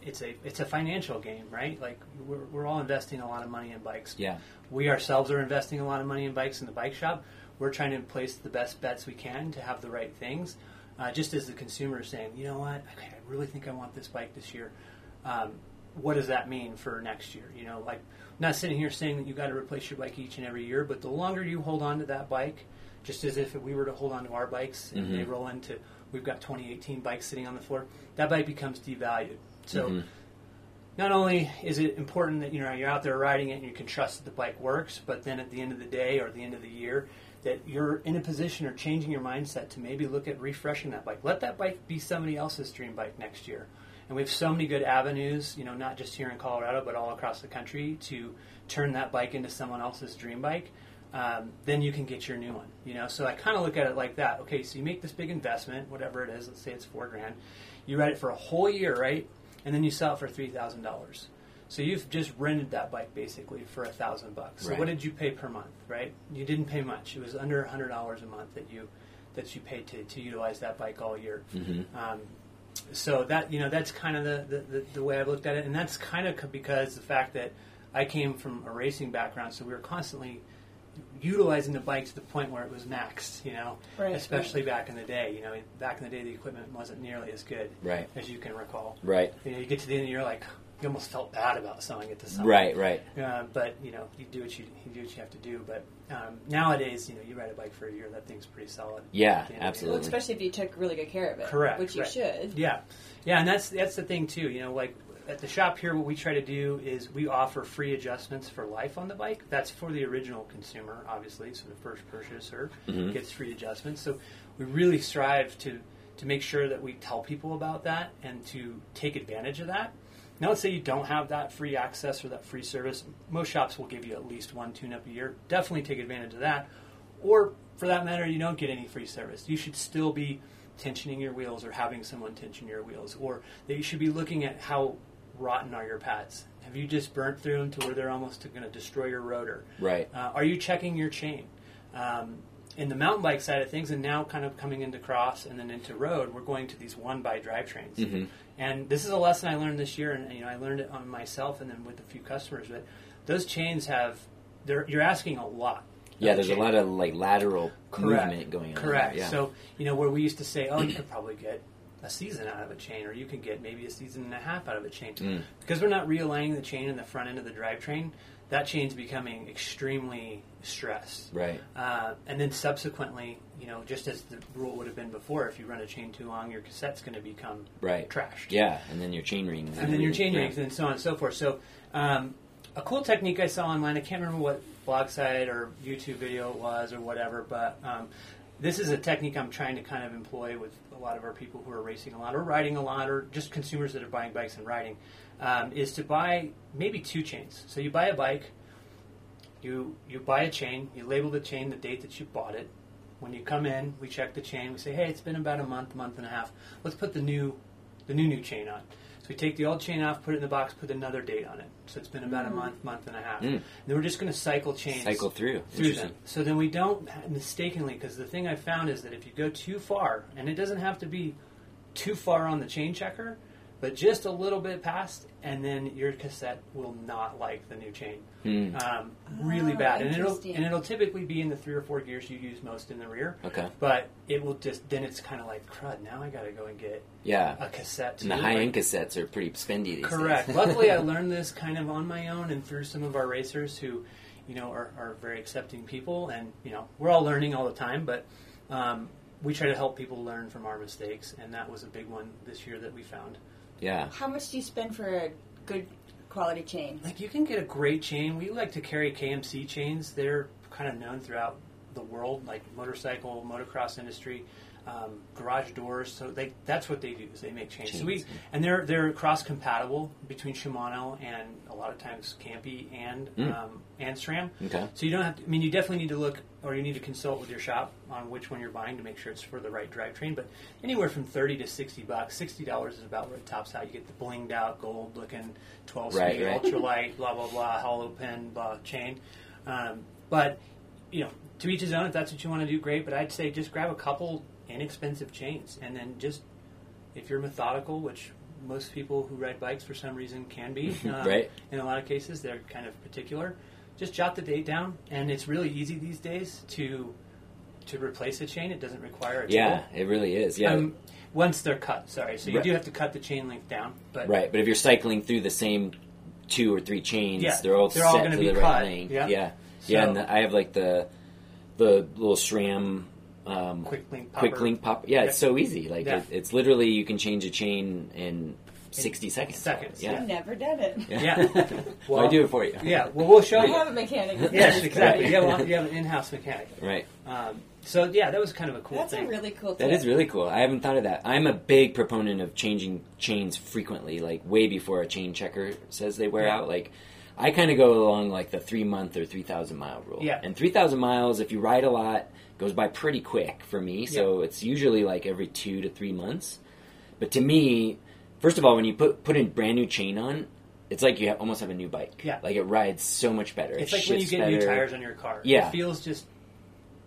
Speaker 3: it's a it's a financial game, right? Like we're, we're all investing a lot of money in bikes.
Speaker 1: Yeah.
Speaker 3: We ourselves are investing a lot of money in bikes in the bike shop. We're trying to place the best bets we can to have the right things. Uh, just as the consumer is saying, you know what, okay, I really think I want this bike this year. Um, what does that mean for next year? You know, like I'm not sitting here saying that you got to replace your bike each and every year, but the longer you hold on to that bike, just as if we were to hold on to our bikes and they roll into, we've got 2018 bikes sitting on the floor, that bike becomes devalued. So not only is it important that you know you're out there riding it and you can trust that the bike works, but then at the end of the day or the end of the year, that you're in a position or changing your mindset to maybe look at refreshing that bike. Let that bike be somebody else's dream bike next year. And we have so many good avenues, you know, not just here in Colorado, but all across the country to turn that bike into someone else's dream bike. Um, then you can get your new one, you know. So I kind of look at it like that. Okay, so you make this big investment, whatever it is. Let's say it's four grand. You ride it for a whole year, right? and then you sell it for three thousand dollars. So you've just rented that bike basically for a thousand bucks. So
Speaker 1: Right.
Speaker 3: what did you pay per month? Right, you didn't pay much. It was under a hundred dollars a month that you that you paid to, to utilize that bike all year.
Speaker 1: Mm-hmm.
Speaker 3: Um, so that you know that's kind of the, the, the, the way I've looked at it, and that's kind of because the fact that I came from a racing background, so we were constantly utilizing the bike to the point where it was maxed. You know,
Speaker 2: Right.
Speaker 3: especially back in the day. You know, back in the day the equipment wasn't nearly as good
Speaker 1: Right.
Speaker 3: as you can recall.
Speaker 1: Right.
Speaker 3: You know, you get to the end, and you're like, you almost felt bad about selling it to someone.
Speaker 1: Right, right.
Speaker 3: Uh, but you know, you do what you, you do what you have to do. But um, nowadays, you know, you ride a bike for a year, that thing's pretty solid.
Speaker 1: Yeah,
Speaker 3: At the end of the year.
Speaker 1: absolutely.
Speaker 2: Well, especially if you took really good care of it.
Speaker 3: Correct,
Speaker 2: Which you
Speaker 3: right.
Speaker 2: should.
Speaker 3: Yeah, yeah, and that's that's the thing too. You know, like at the shop here, what we try to do is we offer free adjustments for life on the bike. That's for the original consumer, obviously. So the first purchaser gets free adjustments. So we really strive to to make sure that we tell people about that and to take advantage of that. Now, let's say you don't have that free access or that free service. Most shops will give you at least one tune up a year. Definitely take advantage of that or for that matter, you don't get any free service. You should still be tensioning your wheels or having someone tension your wheels, or that you should be looking at how rotten are your pads. Have you just burnt through them to where they're almost going to destroy your rotor?
Speaker 1: Right.
Speaker 3: Uh, are you checking your chain? Um, in the mountain bike side of things, and now kind of coming into cross and then into road, we're going to these one by drivetrains.
Speaker 1: Mm-hmm.
Speaker 3: And this is a lesson I learned this year, and you know I learned it on myself and then with a few customers. But those chains have, they're, you're asking a lot. of
Speaker 1: Yeah,
Speaker 3: the
Speaker 1: there's a
Speaker 3: chain.
Speaker 1: lot of like lateral movement going on. there,
Speaker 3: Correct.
Speaker 1: Yeah.
Speaker 3: So you know where we used to say, oh, you could probably get a season out of a chain, or you could get maybe a season and a half out of a chain,
Speaker 1: Mm.
Speaker 3: because we're not realigning the chain in the front end of the drivetrain. That chain's becoming extremely stressed.
Speaker 1: right.
Speaker 3: Uh, and then subsequently, you know, just as the rule would have been before, if you run a chain too long, your cassette's going to become
Speaker 1: Right.
Speaker 3: trashed
Speaker 1: Yeah, and then your chain ring.
Speaker 3: and then your chain
Speaker 1: Yeah.
Speaker 3: rings and so on and so forth. So, um, a cool technique I saw online, I can't remember what blog site or YouTube video it was or whatever, but um, this is a technique I'm trying to kind of employ with a lot of our people who are racing a lot or riding a lot or just consumers that are buying bikes and riding, um, is to buy maybe two chains. So, you buy a bike, you you buy a chain, you label the chain the date that you bought it. When you come in, we check the chain. We say, hey, it's been about a month, month and a half. Let's put the new, the new new chain on. So we take the old chain off, put it in the box, put another date on it. So it's been about a month, month and a half. And then we're just going to cycle chains
Speaker 1: Hmm. Cycle through.
Speaker 3: through
Speaker 1: Interesting.
Speaker 3: them. So then we don't mistakenly, because the thing I found is that if you go too far, and it doesn't have to be too far on the chain checker, but just a little bit past, and then your cassette will not like the new chain
Speaker 1: Hmm.
Speaker 3: um, really
Speaker 2: Oh,
Speaker 3: bad, and it'll
Speaker 2: interesting.
Speaker 3: and it'll typically be in the three or four gears you use most in the rear.
Speaker 1: Okay.
Speaker 3: but it will just then it's kind of like crud. Now I got to go and get
Speaker 1: Yeah.
Speaker 3: a cassette. To
Speaker 1: And the
Speaker 3: do
Speaker 1: high
Speaker 3: it.
Speaker 1: end cassettes are pretty spendy these
Speaker 3: Correct.
Speaker 1: days.
Speaker 3: Luckily, I learned this kind of on my own and through some of our racers who, you know, are, are very accepting people. And, you know, we're all learning all the time, but um, we try to help people learn from our mistakes. And that was a big one this year that we found.
Speaker 1: [LAUGHS] yeah.
Speaker 2: How much do you spend for a good quality chain?
Speaker 3: Like, you can get a great chain. We like to carry KMC chains, they're kind of known throughout the world, like motorcycle, motocross industry. Um, garage doors, so they, that's what they do. Is they make chains. So we
Speaker 1: Chains.
Speaker 3: and they're they're cross compatible between Shimano and a lot of times Campy and um, and SRAM.
Speaker 1: Mm. Okay.
Speaker 3: So you don't have to. I mean, you definitely need to look, or you need to consult with your shop on which one you're buying to make sure it's for the right drivetrain. But anywhere from thirty to sixty bucks. Sixty dollars is about where it tops out. You get the blinged out gold looking twelve speed
Speaker 1: Right, right.
Speaker 3: ultralight, blah blah blah, hollow pin, blah chain. Um, but you know, to each his own. If that's what you want to do, great. But I'd say just grab a couple inexpensive chains, and then just if you're methodical, which most people who ride bikes for some reason
Speaker 1: [LAUGHS]
Speaker 3: can be, um,
Speaker 1: Right.
Speaker 3: In a lot of cases, they're kind of particular. Just jot the date down, and it's really easy these days to to replace a chain. It doesn't require a tool.
Speaker 1: Yeah, it really is. Yeah,
Speaker 3: Um, once they're cut, sorry. So you
Speaker 1: Right.
Speaker 3: do have to cut the chain length down, but
Speaker 1: right. But if you're cycling through the same two or three chains,
Speaker 3: Yeah,
Speaker 1: they're all
Speaker 3: they're
Speaker 1: set
Speaker 3: all gonna
Speaker 1: to
Speaker 3: be
Speaker 1: the
Speaker 3: cut,
Speaker 1: right lane.
Speaker 3: yeah.
Speaker 1: yeah, yeah. And
Speaker 3: So-
Speaker 1: the, I have like the the little SRAM um,
Speaker 3: quick link popper.
Speaker 1: quick link pop. Yeah, it's
Speaker 3: Yeah.
Speaker 1: so easy. Like
Speaker 3: Yeah.
Speaker 1: it, it's literally you can change a chain in sixty seconds.
Speaker 3: seconds,
Speaker 2: I've never done it.
Speaker 3: Yeah.
Speaker 1: [LAUGHS] well, I do it for you.
Speaker 3: Yeah, well, we'll show
Speaker 2: I
Speaker 3: you.
Speaker 2: have a mechanic.
Speaker 3: Yes, exactly.
Speaker 1: Right.
Speaker 3: You have, a- you have an in-house mechanic.
Speaker 1: Right.
Speaker 3: Um, so yeah, that was kind of a cool
Speaker 2: That's
Speaker 3: thing.
Speaker 2: a really cool.
Speaker 1: That
Speaker 2: tip.
Speaker 1: is really cool. I haven't thought of that. I'm a big proponent of changing chains frequently, like way before a chain checker says they wear
Speaker 3: Yeah.
Speaker 1: out. Like, I kind of go along like the three month or three thousand mile rule.
Speaker 3: Yeah.
Speaker 1: And three thousand miles, if you ride a lot, goes by pretty quick for me. So it's usually like every two to three months. But to me, first of all, when you put put in brand new chain on, it's like you have, almost have a new bike.
Speaker 3: Yeah.
Speaker 1: Like it rides so much better.
Speaker 3: it's
Speaker 1: it
Speaker 3: like when you
Speaker 1: shifts
Speaker 3: get new
Speaker 1: better.
Speaker 3: tires on your car.
Speaker 1: Yeah.
Speaker 3: it feels just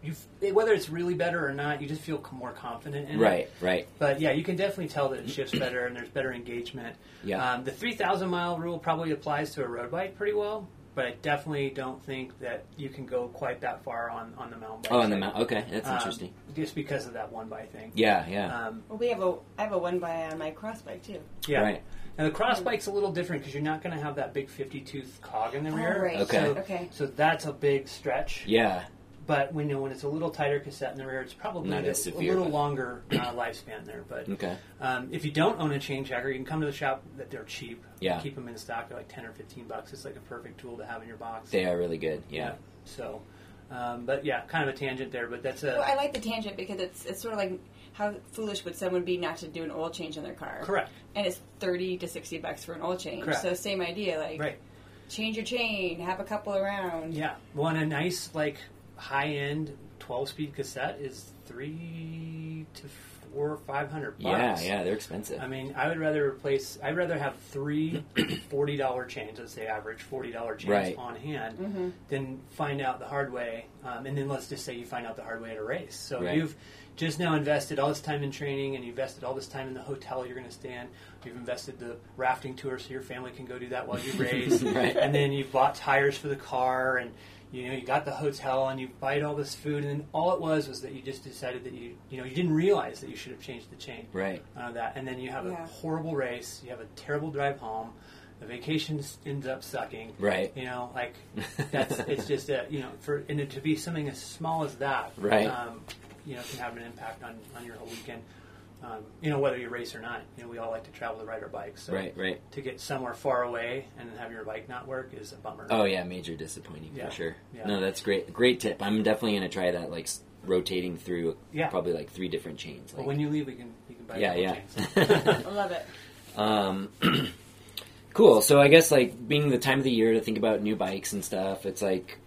Speaker 3: you. f- Whether it's really better or not, you just feel c- more confident in it.
Speaker 1: Right. Right.
Speaker 3: But yeah, you can definitely tell that it shifts better and there's better engagement.
Speaker 1: Yeah.
Speaker 3: Um, the 3,000 mile rule probably applies to a road bike pretty well, but I definitely don't think that you can go quite that far on, on the mountain bike.
Speaker 1: Oh, on the
Speaker 3: side.
Speaker 1: mount. Okay, that's
Speaker 3: Um,
Speaker 1: interesting.
Speaker 3: Just because of that one by thing.
Speaker 1: Yeah. Yeah.
Speaker 3: Um,
Speaker 2: Well, we have a I have a one by on my cross bike too.
Speaker 3: yeah.
Speaker 1: Right.
Speaker 3: Now the cross bike's a little different because you're not going to have that big 50 tooth cog in the rear.
Speaker 2: Oh, right.
Speaker 1: Okay.
Speaker 3: So,
Speaker 2: Okay.
Speaker 3: So that's a big stretch.
Speaker 1: Yeah.
Speaker 3: But when you know, when it's a little tighter cassette in the rear, it's probably
Speaker 1: Not
Speaker 3: a,
Speaker 1: as
Speaker 3: a
Speaker 1: severe,
Speaker 3: little
Speaker 1: but- Mm.
Speaker 3: longer uh, lifespan there. But
Speaker 1: Okay.
Speaker 3: Um, if you don't own a chain jacker, you can come to the shop. That they're cheap.
Speaker 1: Yeah.
Speaker 3: Keep them in stock. They're like ten or fifteen bucks. It's like a perfect tool to have in your box.
Speaker 1: They are really good. Yeah.
Speaker 3: So, um, but yeah, kind of a tangent there, but that's a
Speaker 2: Well, I like the tangent because it's it's sort of like how foolish would someone be not to do an oil change in their car?
Speaker 3: correct.
Speaker 2: And it's thirty to sixty bucks for an oil change.
Speaker 3: Correct.
Speaker 2: So same idea, like
Speaker 3: Right.
Speaker 2: change your chain, have a couple around.
Speaker 3: Yeah. Well, and a nice like high end twelve speed cassette is three to four or five hundred
Speaker 1: Yeah,
Speaker 3: bucks.
Speaker 1: yeah, they're expensive.
Speaker 3: I mean, I would rather replace. I'd rather have
Speaker 1: [CLEARS THROAT]
Speaker 3: three forty dollar chains, let's say average forty dollar chains
Speaker 1: Right.
Speaker 3: on hand, than find out the hard way. Um, and then let's just say you find out the hard way at a race. So
Speaker 1: Right.
Speaker 3: you've just now invested all this time in training, and you invested all this time in the hotel you're going to stay in. You've invested the rafting tour so your family can go do
Speaker 1: [LAUGHS]
Speaker 3: that while you race,
Speaker 1: Right.
Speaker 3: and then you've bought tires for the car and. You know, you got the hotel and you bite all this food, and then all it was was that you just decided that you, you know, you didn't realize that you should have changed the chain
Speaker 1: right.
Speaker 3: uh, that, and then you have
Speaker 2: Yeah.
Speaker 3: a horrible race. You have a terrible drive home. The vacation s- ends up sucking.
Speaker 1: Right.
Speaker 3: You know,
Speaker 1: [LAUGHS]
Speaker 3: like that's it's just a you know for and it to be something as small as that.
Speaker 1: Right.
Speaker 3: Um, you know, can have an impact on, on your whole weekend. Um, you know, whether you race or not. You know, we all like to travel to ride our bikes. So
Speaker 1: Right, right.
Speaker 3: To get somewhere far away and have your bike not work is a bummer.
Speaker 1: Oh yeah, major disappointing
Speaker 3: Yeah,
Speaker 1: for sure.
Speaker 3: yeah.
Speaker 1: No, that's great. Great tip. I'm definitely gonna try that. Like s- rotating through
Speaker 3: Yeah.
Speaker 1: probably like three different chains. Like,
Speaker 3: But when you leave, we can you can buy
Speaker 1: yeah,
Speaker 3: a
Speaker 1: yeah.
Speaker 3: couple chains.
Speaker 2: I love it.
Speaker 1: Um, cool. So I guess like being the time of the year to think about new bikes and stuff, it's like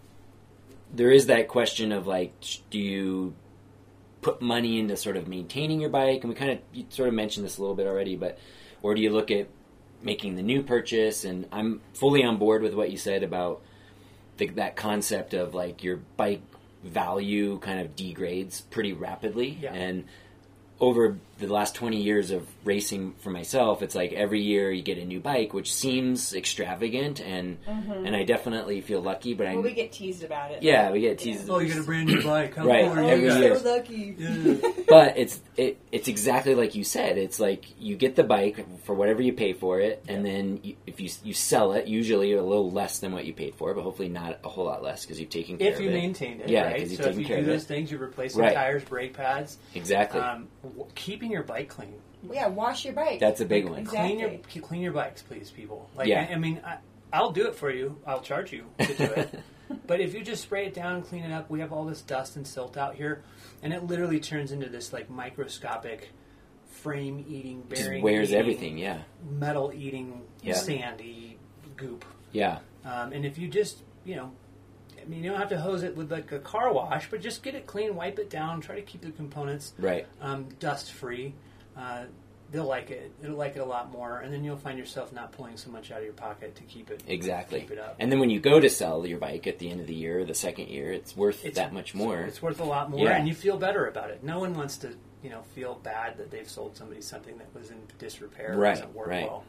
Speaker 1: there is that question of like, sh- do you put money into sort of maintaining your bike? And we kind of you sort of mentioned this a little bit already, but or do you look at making the new purchase? And I'm fully on board with what you said about the, that concept of like your bike value kind of degrades pretty rapidly
Speaker 3: Yeah.
Speaker 1: and over the last 20 years of racing for myself it's like every year you get a new bike which seems extravagant and and I definitely feel lucky but I
Speaker 2: Mm-hmm. Well, we get teased about it.
Speaker 1: yeah we get teased [LAUGHS]
Speaker 3: [LAUGHS] oh, you got a brand new bike. How
Speaker 1: Right.
Speaker 3: cool are
Speaker 2: Oh,
Speaker 3: you
Speaker 1: Every
Speaker 2: you're
Speaker 3: guys?
Speaker 1: year.
Speaker 2: so lucky.
Speaker 3: Yeah.
Speaker 1: but it's it, it's exactly like you said. It's like you get the bike for whatever you pay for it, and then you, if you you sell it, usually a little less than what you paid for, it, but hopefully not a whole lot less because you've taken care
Speaker 3: if
Speaker 1: of
Speaker 3: you
Speaker 1: it.
Speaker 3: maintained it,
Speaker 1: Yeah,
Speaker 3: right?
Speaker 1: 'cause you've
Speaker 3: So if
Speaker 1: taken
Speaker 3: you
Speaker 1: care
Speaker 3: do
Speaker 1: of
Speaker 3: those
Speaker 1: it.
Speaker 3: things, you're replacing
Speaker 1: Right.
Speaker 3: tires, brake pads,
Speaker 1: exactly.
Speaker 3: um, w- keeping your bike clean.
Speaker 2: [LAUGHS] Yeah, wash your bike.
Speaker 1: That's a big one.
Speaker 2: Exactly.
Speaker 3: Clean your c- clean your bikes, please, people. Like,
Speaker 1: Yeah.
Speaker 3: I, I mean, I, I'll do it for you. I'll charge you to
Speaker 1: [LAUGHS]
Speaker 3: do it. but if you just spray it down, clean it up, we have all this dust and silt out here, and it literally turns into this like microscopic frame eating,
Speaker 1: Just
Speaker 3: bearing,
Speaker 1: wears
Speaker 3: eating,
Speaker 1: everything. Yeah,
Speaker 3: metal eating,
Speaker 1: Yeah.
Speaker 3: sandy goop.
Speaker 1: yeah,
Speaker 3: Um, and if you just, you know, I mean, you don't have to hose it with like a car wash, but just get it clean, wipe it down, try to keep the components
Speaker 1: right.
Speaker 3: um, dust free. Uh, they'll like it. They'll like it a lot more, and then you'll find yourself not pulling so much out of your pocket to keep it
Speaker 1: Exactly.
Speaker 3: Keep it up.
Speaker 1: And then when you go to sell your bike at the end of the year, the second year, it's worth
Speaker 3: It's-
Speaker 1: that much more.
Speaker 3: It's worth a lot more,
Speaker 1: Yeah.
Speaker 3: and you feel better about it. No one wants to, you know, feel bad that they've sold somebody something that was in disrepair, or
Speaker 1: Right,
Speaker 3: doesn't work
Speaker 1: right.
Speaker 3: well.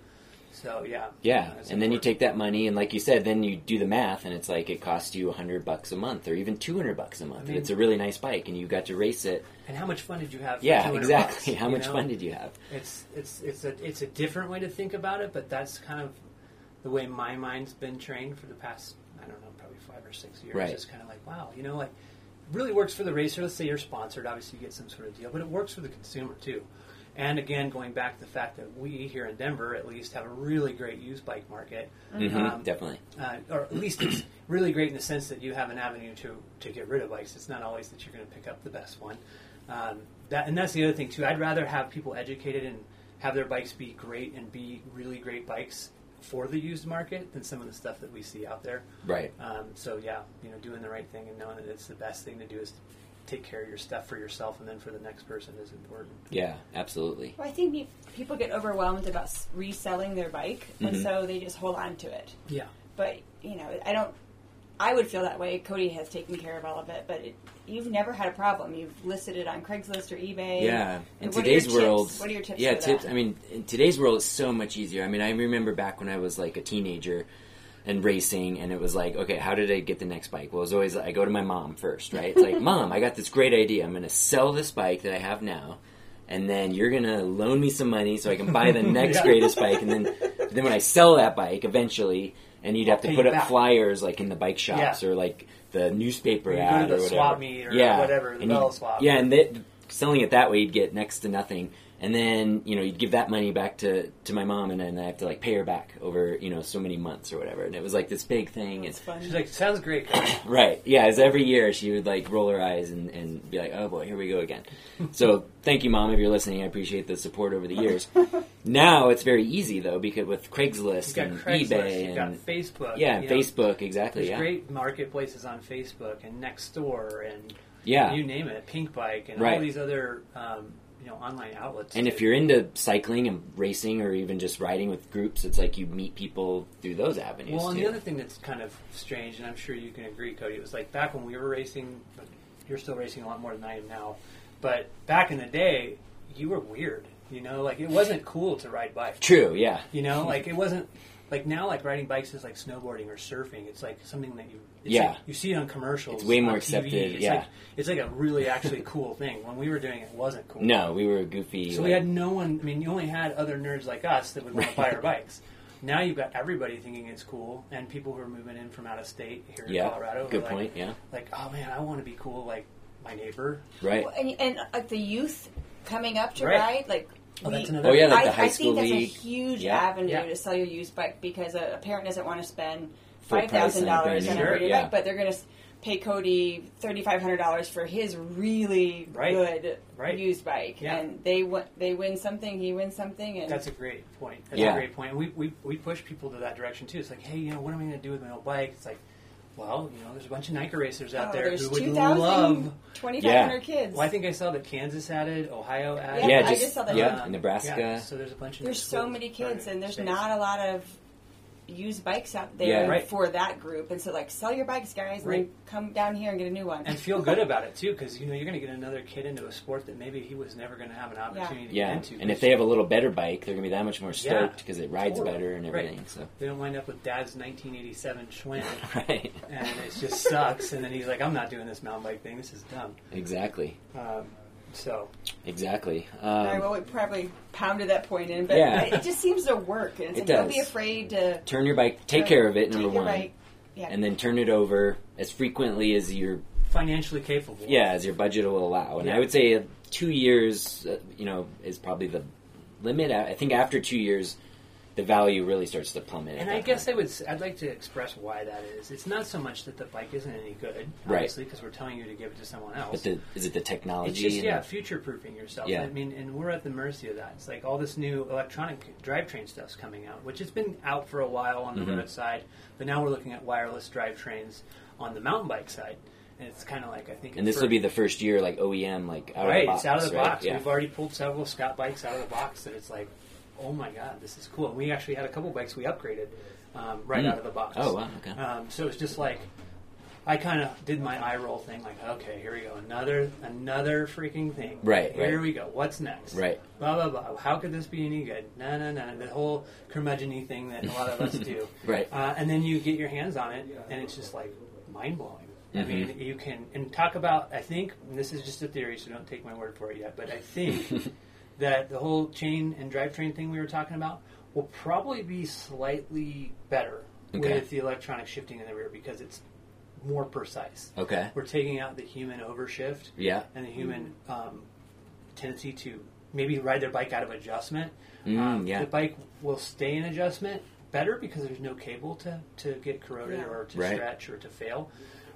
Speaker 3: So yeah,
Speaker 1: yeah,
Speaker 3: That's
Speaker 1: and then you
Speaker 3: important.
Speaker 1: take that money, and like you said, then you do the math, and it's like it costs you hundred bucks a month, or even two hundred bucks a month.
Speaker 3: mean-
Speaker 1: it's a really nice bike, and you got to race it.
Speaker 3: And how much fun did you have? for
Speaker 1: Yeah,
Speaker 3: 200
Speaker 1: exactly. [LAUGHS]
Speaker 3: bucks,
Speaker 1: How
Speaker 3: you
Speaker 1: much
Speaker 3: know?
Speaker 1: fun did you have?
Speaker 3: It's it's it's a it's a different way to think about it, but that's kind of the way my mind's been trained for the past I don't know probably five or six years.
Speaker 1: Right.
Speaker 3: It's kind of like wow, you know, like it really works for the racer. Let's say you're sponsored, obviously you get some sort of deal, but it works for the consumer too. And again, going back to the fact that we here in Denver at least have a really great used bike market,
Speaker 1: hmm
Speaker 3: Um,
Speaker 1: definitely.
Speaker 3: uh, or at least it's really great in the sense that you have an avenue to, to get rid of bikes. It's not always that you're going to pick up the best one. Um, that and that's the other thing too. I'd rather have people educated and have their bikes be great and be really great bikes for the used market than some of the stuff that we see out there.
Speaker 1: Right.
Speaker 3: Um, so yeah, you know, doing the right thing and knowing that it's the best thing to do is take care of your stuff for yourself and then for the next person is important.
Speaker 1: Yeah, absolutely.
Speaker 2: Well, I think pe- people get overwhelmed about s- reselling their bike, and
Speaker 1: Mhm.
Speaker 2: so they just hold on to it.
Speaker 3: Yeah.
Speaker 2: But you know, I don't. I would feel that way. Cody has taken care of all of it, but it, you've never had a problem. You've listed it on Craigslist or eBay.
Speaker 1: Yeah, in
Speaker 2: And what are your
Speaker 1: today's
Speaker 2: tips?
Speaker 1: world,
Speaker 2: what are your tips?
Speaker 1: Yeah,
Speaker 2: for
Speaker 1: tips.
Speaker 2: That?
Speaker 1: I mean, in today's world, it's so much easier. I mean, I remember back when I was like a teenager and racing, and it was like, okay, how did I get the next bike? Well, it was always I go to my mom first, right? It's like,
Speaker 3: [LAUGHS]
Speaker 1: mom, I got this great idea. I'm going to sell this bike that I have now. And then you're gonna loan me some money so I can buy
Speaker 3: [LAUGHS]
Speaker 1: the next
Speaker 3: Yeah.
Speaker 1: greatest bike, and then then when I sell that bike eventually, and you'd have
Speaker 3: Pay
Speaker 1: to
Speaker 3: you
Speaker 1: put up
Speaker 3: back.
Speaker 1: flyers like in the bike shops
Speaker 3: Yeah.
Speaker 1: or like the newspaper
Speaker 3: Or you go to
Speaker 1: ad
Speaker 3: the
Speaker 1: or whatever.
Speaker 3: swap meet or
Speaker 1: yeah,
Speaker 3: whatever, the
Speaker 1: And you'd-
Speaker 3: bell swap.
Speaker 1: Yeah, and they, selling it that way, you'd get next to nothing. And then you know you'd give that money back to, to my mom, and then I have to like pay her back over you know so many months or whatever. And it was like this big thing.
Speaker 2: it's
Speaker 1: It's
Speaker 2: fun.
Speaker 3: She's like, sounds great. guys."
Speaker 1: right, yeah. As every year she would like roll her eyes and, and be like, oh boy, here we go
Speaker 3: [LAUGHS]
Speaker 1: again. so thank you, mom, if you're listening. I appreciate the support over the
Speaker 3: [LAUGHS]
Speaker 1: years. now it's very easy though because with
Speaker 3: You've
Speaker 1: Craigslist
Speaker 3: got
Speaker 1: and
Speaker 3: Craigslist,
Speaker 1: eBay
Speaker 3: you've got
Speaker 1: and
Speaker 3: Facebook.
Speaker 1: yeah, and
Speaker 3: you know.
Speaker 1: Facebook exactly.
Speaker 3: There's
Speaker 1: Yeah,
Speaker 3: great marketplaces on Facebook and Nextdoor and
Speaker 1: yeah.
Speaker 3: you name it, Pink Bike and
Speaker 1: Right.
Speaker 3: all these other um, you know online outlets.
Speaker 1: And
Speaker 3: too.
Speaker 1: if you're into cycling and racing or even just riding with groups, it's like you meet people through those avenues.
Speaker 3: well, and
Speaker 1: too.
Speaker 3: the other thing that's kind of strange, and I'm sure you can agree, Cody, it was like back when we were racing. But you're still racing a lot more than I am now, but back in the day, you were weird. You know, like it wasn't cool to ride bikes.
Speaker 1: True, yeah.
Speaker 3: You know, like it wasn't like now. Like riding bikes is like snowboarding or surfing. It's like something that you it's
Speaker 1: Yeah.
Speaker 3: like- you see it on commercials.
Speaker 1: It's way more
Speaker 3: on TV.
Speaker 1: accepted,
Speaker 3: It's
Speaker 1: yeah.
Speaker 3: like, it's like a really actually cool thing. When we were doing it, it wasn't cool.
Speaker 1: No, we were goofy.
Speaker 3: So we
Speaker 1: like-
Speaker 3: had no one. I mean, you only had other nerds like us that would
Speaker 1: [LAUGHS]
Speaker 3: want to buy our bikes. Now you've got everybody thinking it's cool, and people who are moving in from out of state here in
Speaker 1: yeah,
Speaker 3: Colorado.
Speaker 1: good
Speaker 3: are
Speaker 1: point, yeah.
Speaker 3: Like, like, oh man, I want to be cool like my neighbor.
Speaker 1: Right.
Speaker 2: Well, and, and like the youth coming up to
Speaker 3: Right.
Speaker 2: ride, like
Speaker 3: Oh,
Speaker 2: we-
Speaker 3: that's another-
Speaker 1: Oh, yeah, like
Speaker 2: I,
Speaker 1: the high
Speaker 2: I
Speaker 1: school
Speaker 2: think
Speaker 1: league.
Speaker 2: that's a huge
Speaker 1: Yeah.
Speaker 2: avenue
Speaker 3: Yeah.
Speaker 2: to sell your used bike because a, a parent doesn't want to spend
Speaker 1: Full
Speaker 2: five
Speaker 1: price
Speaker 2: thousand dollars
Speaker 1: on
Speaker 2: on
Speaker 1: a brand
Speaker 3: new
Speaker 2: a brand new
Speaker 1: bike. Yeah.
Speaker 2: bike, but they're going to pay Cody thirty five hundred dollars for his really
Speaker 3: Right.
Speaker 2: good
Speaker 3: Right.
Speaker 2: used bike,
Speaker 3: Yeah.
Speaker 2: and they w- they win something, he wins something, and
Speaker 3: That's a great point. That's
Speaker 1: Yeah.
Speaker 3: a great point. And we, we, we push people to that direction too. It's like, hey, you know, what am I going to do with my old bike? It's like, well, you know, there's a bunch of Nike racers out
Speaker 2: oh,
Speaker 3: there
Speaker 2: there's
Speaker 3: who would
Speaker 2: 2,000,
Speaker 3: love.
Speaker 2: 2,500 kids.
Speaker 3: Well, I think I saw that Kansas added, Ohio added.
Speaker 1: yeah,
Speaker 2: I
Speaker 1: just,
Speaker 2: just saw that uh,
Speaker 1: yeah,
Speaker 2: one.
Speaker 1: in Nebraska.
Speaker 3: Yeah, so there's a bunch of.
Speaker 2: there's so many kids, and there's
Speaker 3: not.
Speaker 2: not a lot of used bikes out there
Speaker 1: Yeah.
Speaker 3: Right.
Speaker 2: for that group. And so, like, sell your bikes, guys, and
Speaker 3: Right.
Speaker 2: then come down here and get a new one.
Speaker 3: and feel good about it too, because you know you're going to get another kid into a sport that maybe he was never going to have an opportunity to
Speaker 1: Yeah,
Speaker 3: get into.
Speaker 1: and if they have a little better bike, they're gonna be that much more stoked because it rides
Speaker 3: Totally.
Speaker 1: better and
Speaker 3: Right.
Speaker 1: everything. So, [LAUGHS]
Speaker 3: they don't wind up with dad's 1987 Schwinn,
Speaker 1: right,
Speaker 3: and it just sucks. And then he's like, "I'm not doing this mountain bike thing. This is dumb."
Speaker 1: exactly,
Speaker 3: Um, so
Speaker 1: exactly.
Speaker 2: All right,
Speaker 1: Um,
Speaker 2: well, we probably pounded that point in, but
Speaker 1: Yeah.
Speaker 2: it, it just seems to work. And
Speaker 1: It
Speaker 2: it's like, don't
Speaker 1: does.
Speaker 2: be afraid to
Speaker 1: turn your bike, take
Speaker 2: Turn-
Speaker 1: care of it,
Speaker 2: take
Speaker 1: number
Speaker 2: your
Speaker 1: one,
Speaker 2: bike. Yeah.
Speaker 1: and then turn it over as frequently as you're
Speaker 3: financially capable.
Speaker 1: yeah, as your budget will allow. And I
Speaker 3: Yeah.
Speaker 1: would say uh, two years, uh, you know, is probably the limit. I I think after two years, the value really starts to plummet. at
Speaker 3: And I
Speaker 1: that
Speaker 3: guess
Speaker 1: point.
Speaker 3: I would, s- I'd like to express why that is. It's not so much that the bike isn't any good,
Speaker 1: Right.
Speaker 3: obviously, because we're telling you to give it to someone else.
Speaker 1: but the, is it the
Speaker 3: It's
Speaker 1: technology?
Speaker 3: just
Speaker 1: and-
Speaker 3: yeah, future proofing yourself.
Speaker 1: Yeah.
Speaker 3: I mean, and we're at the mercy of that. It's like all this new electronic drivetrain stuff's coming out, which has been out for a while on the
Speaker 1: Mhm.
Speaker 3: road side, but now we're looking at wireless drivetrains on the mountain bike side. And it's kind of like I think.
Speaker 1: And this
Speaker 3: for-
Speaker 1: will be the first year like OEM like out
Speaker 3: right.
Speaker 1: of the box.
Speaker 3: it's out of the
Speaker 1: right?
Speaker 3: box.
Speaker 1: Yeah.
Speaker 3: We've already pulled several Scott bikes out of the box, and it's like, oh my god, this is cool. And we actually had a couple bikes we upgraded um, right
Speaker 1: Mm.
Speaker 3: out of the box.
Speaker 1: Oh wow. Okay.
Speaker 3: Um, so it's just like I kind of did my eye roll thing, like, okay, here we go, another another freaking thing.
Speaker 1: Right,
Speaker 3: Here
Speaker 1: right.
Speaker 3: we go. What's next?
Speaker 1: Right.
Speaker 3: Blah blah blah. How could this be any good? No no no. The whole curmudgeon thing that a lot of us do.
Speaker 1: [LAUGHS] Right.
Speaker 3: Uh, and then you get your hands on it, and it's just like mind blowing.
Speaker 1: Mm-hmm.
Speaker 3: I mean, you can and talk about. I think and this is just a theory, so don't take my word for it yet. But
Speaker 1: [LAUGHS]
Speaker 3: I think that the whole chain and drivetrain thing we were talking about will probably be slightly better
Speaker 1: Okay.
Speaker 3: with the electronic shifting in the rear because it's more precise.
Speaker 1: Okay.
Speaker 3: We're taking out the human overshift
Speaker 1: Yeah.
Speaker 3: and the human um, tendency to maybe ride their bike out of adjustment.
Speaker 1: Mm,
Speaker 3: um,
Speaker 1: yeah.
Speaker 3: The bike will stay in adjustment better because there's no cable to, to get corroded
Speaker 2: Yeah.
Speaker 3: or to
Speaker 1: Right.
Speaker 3: stretch or to fail.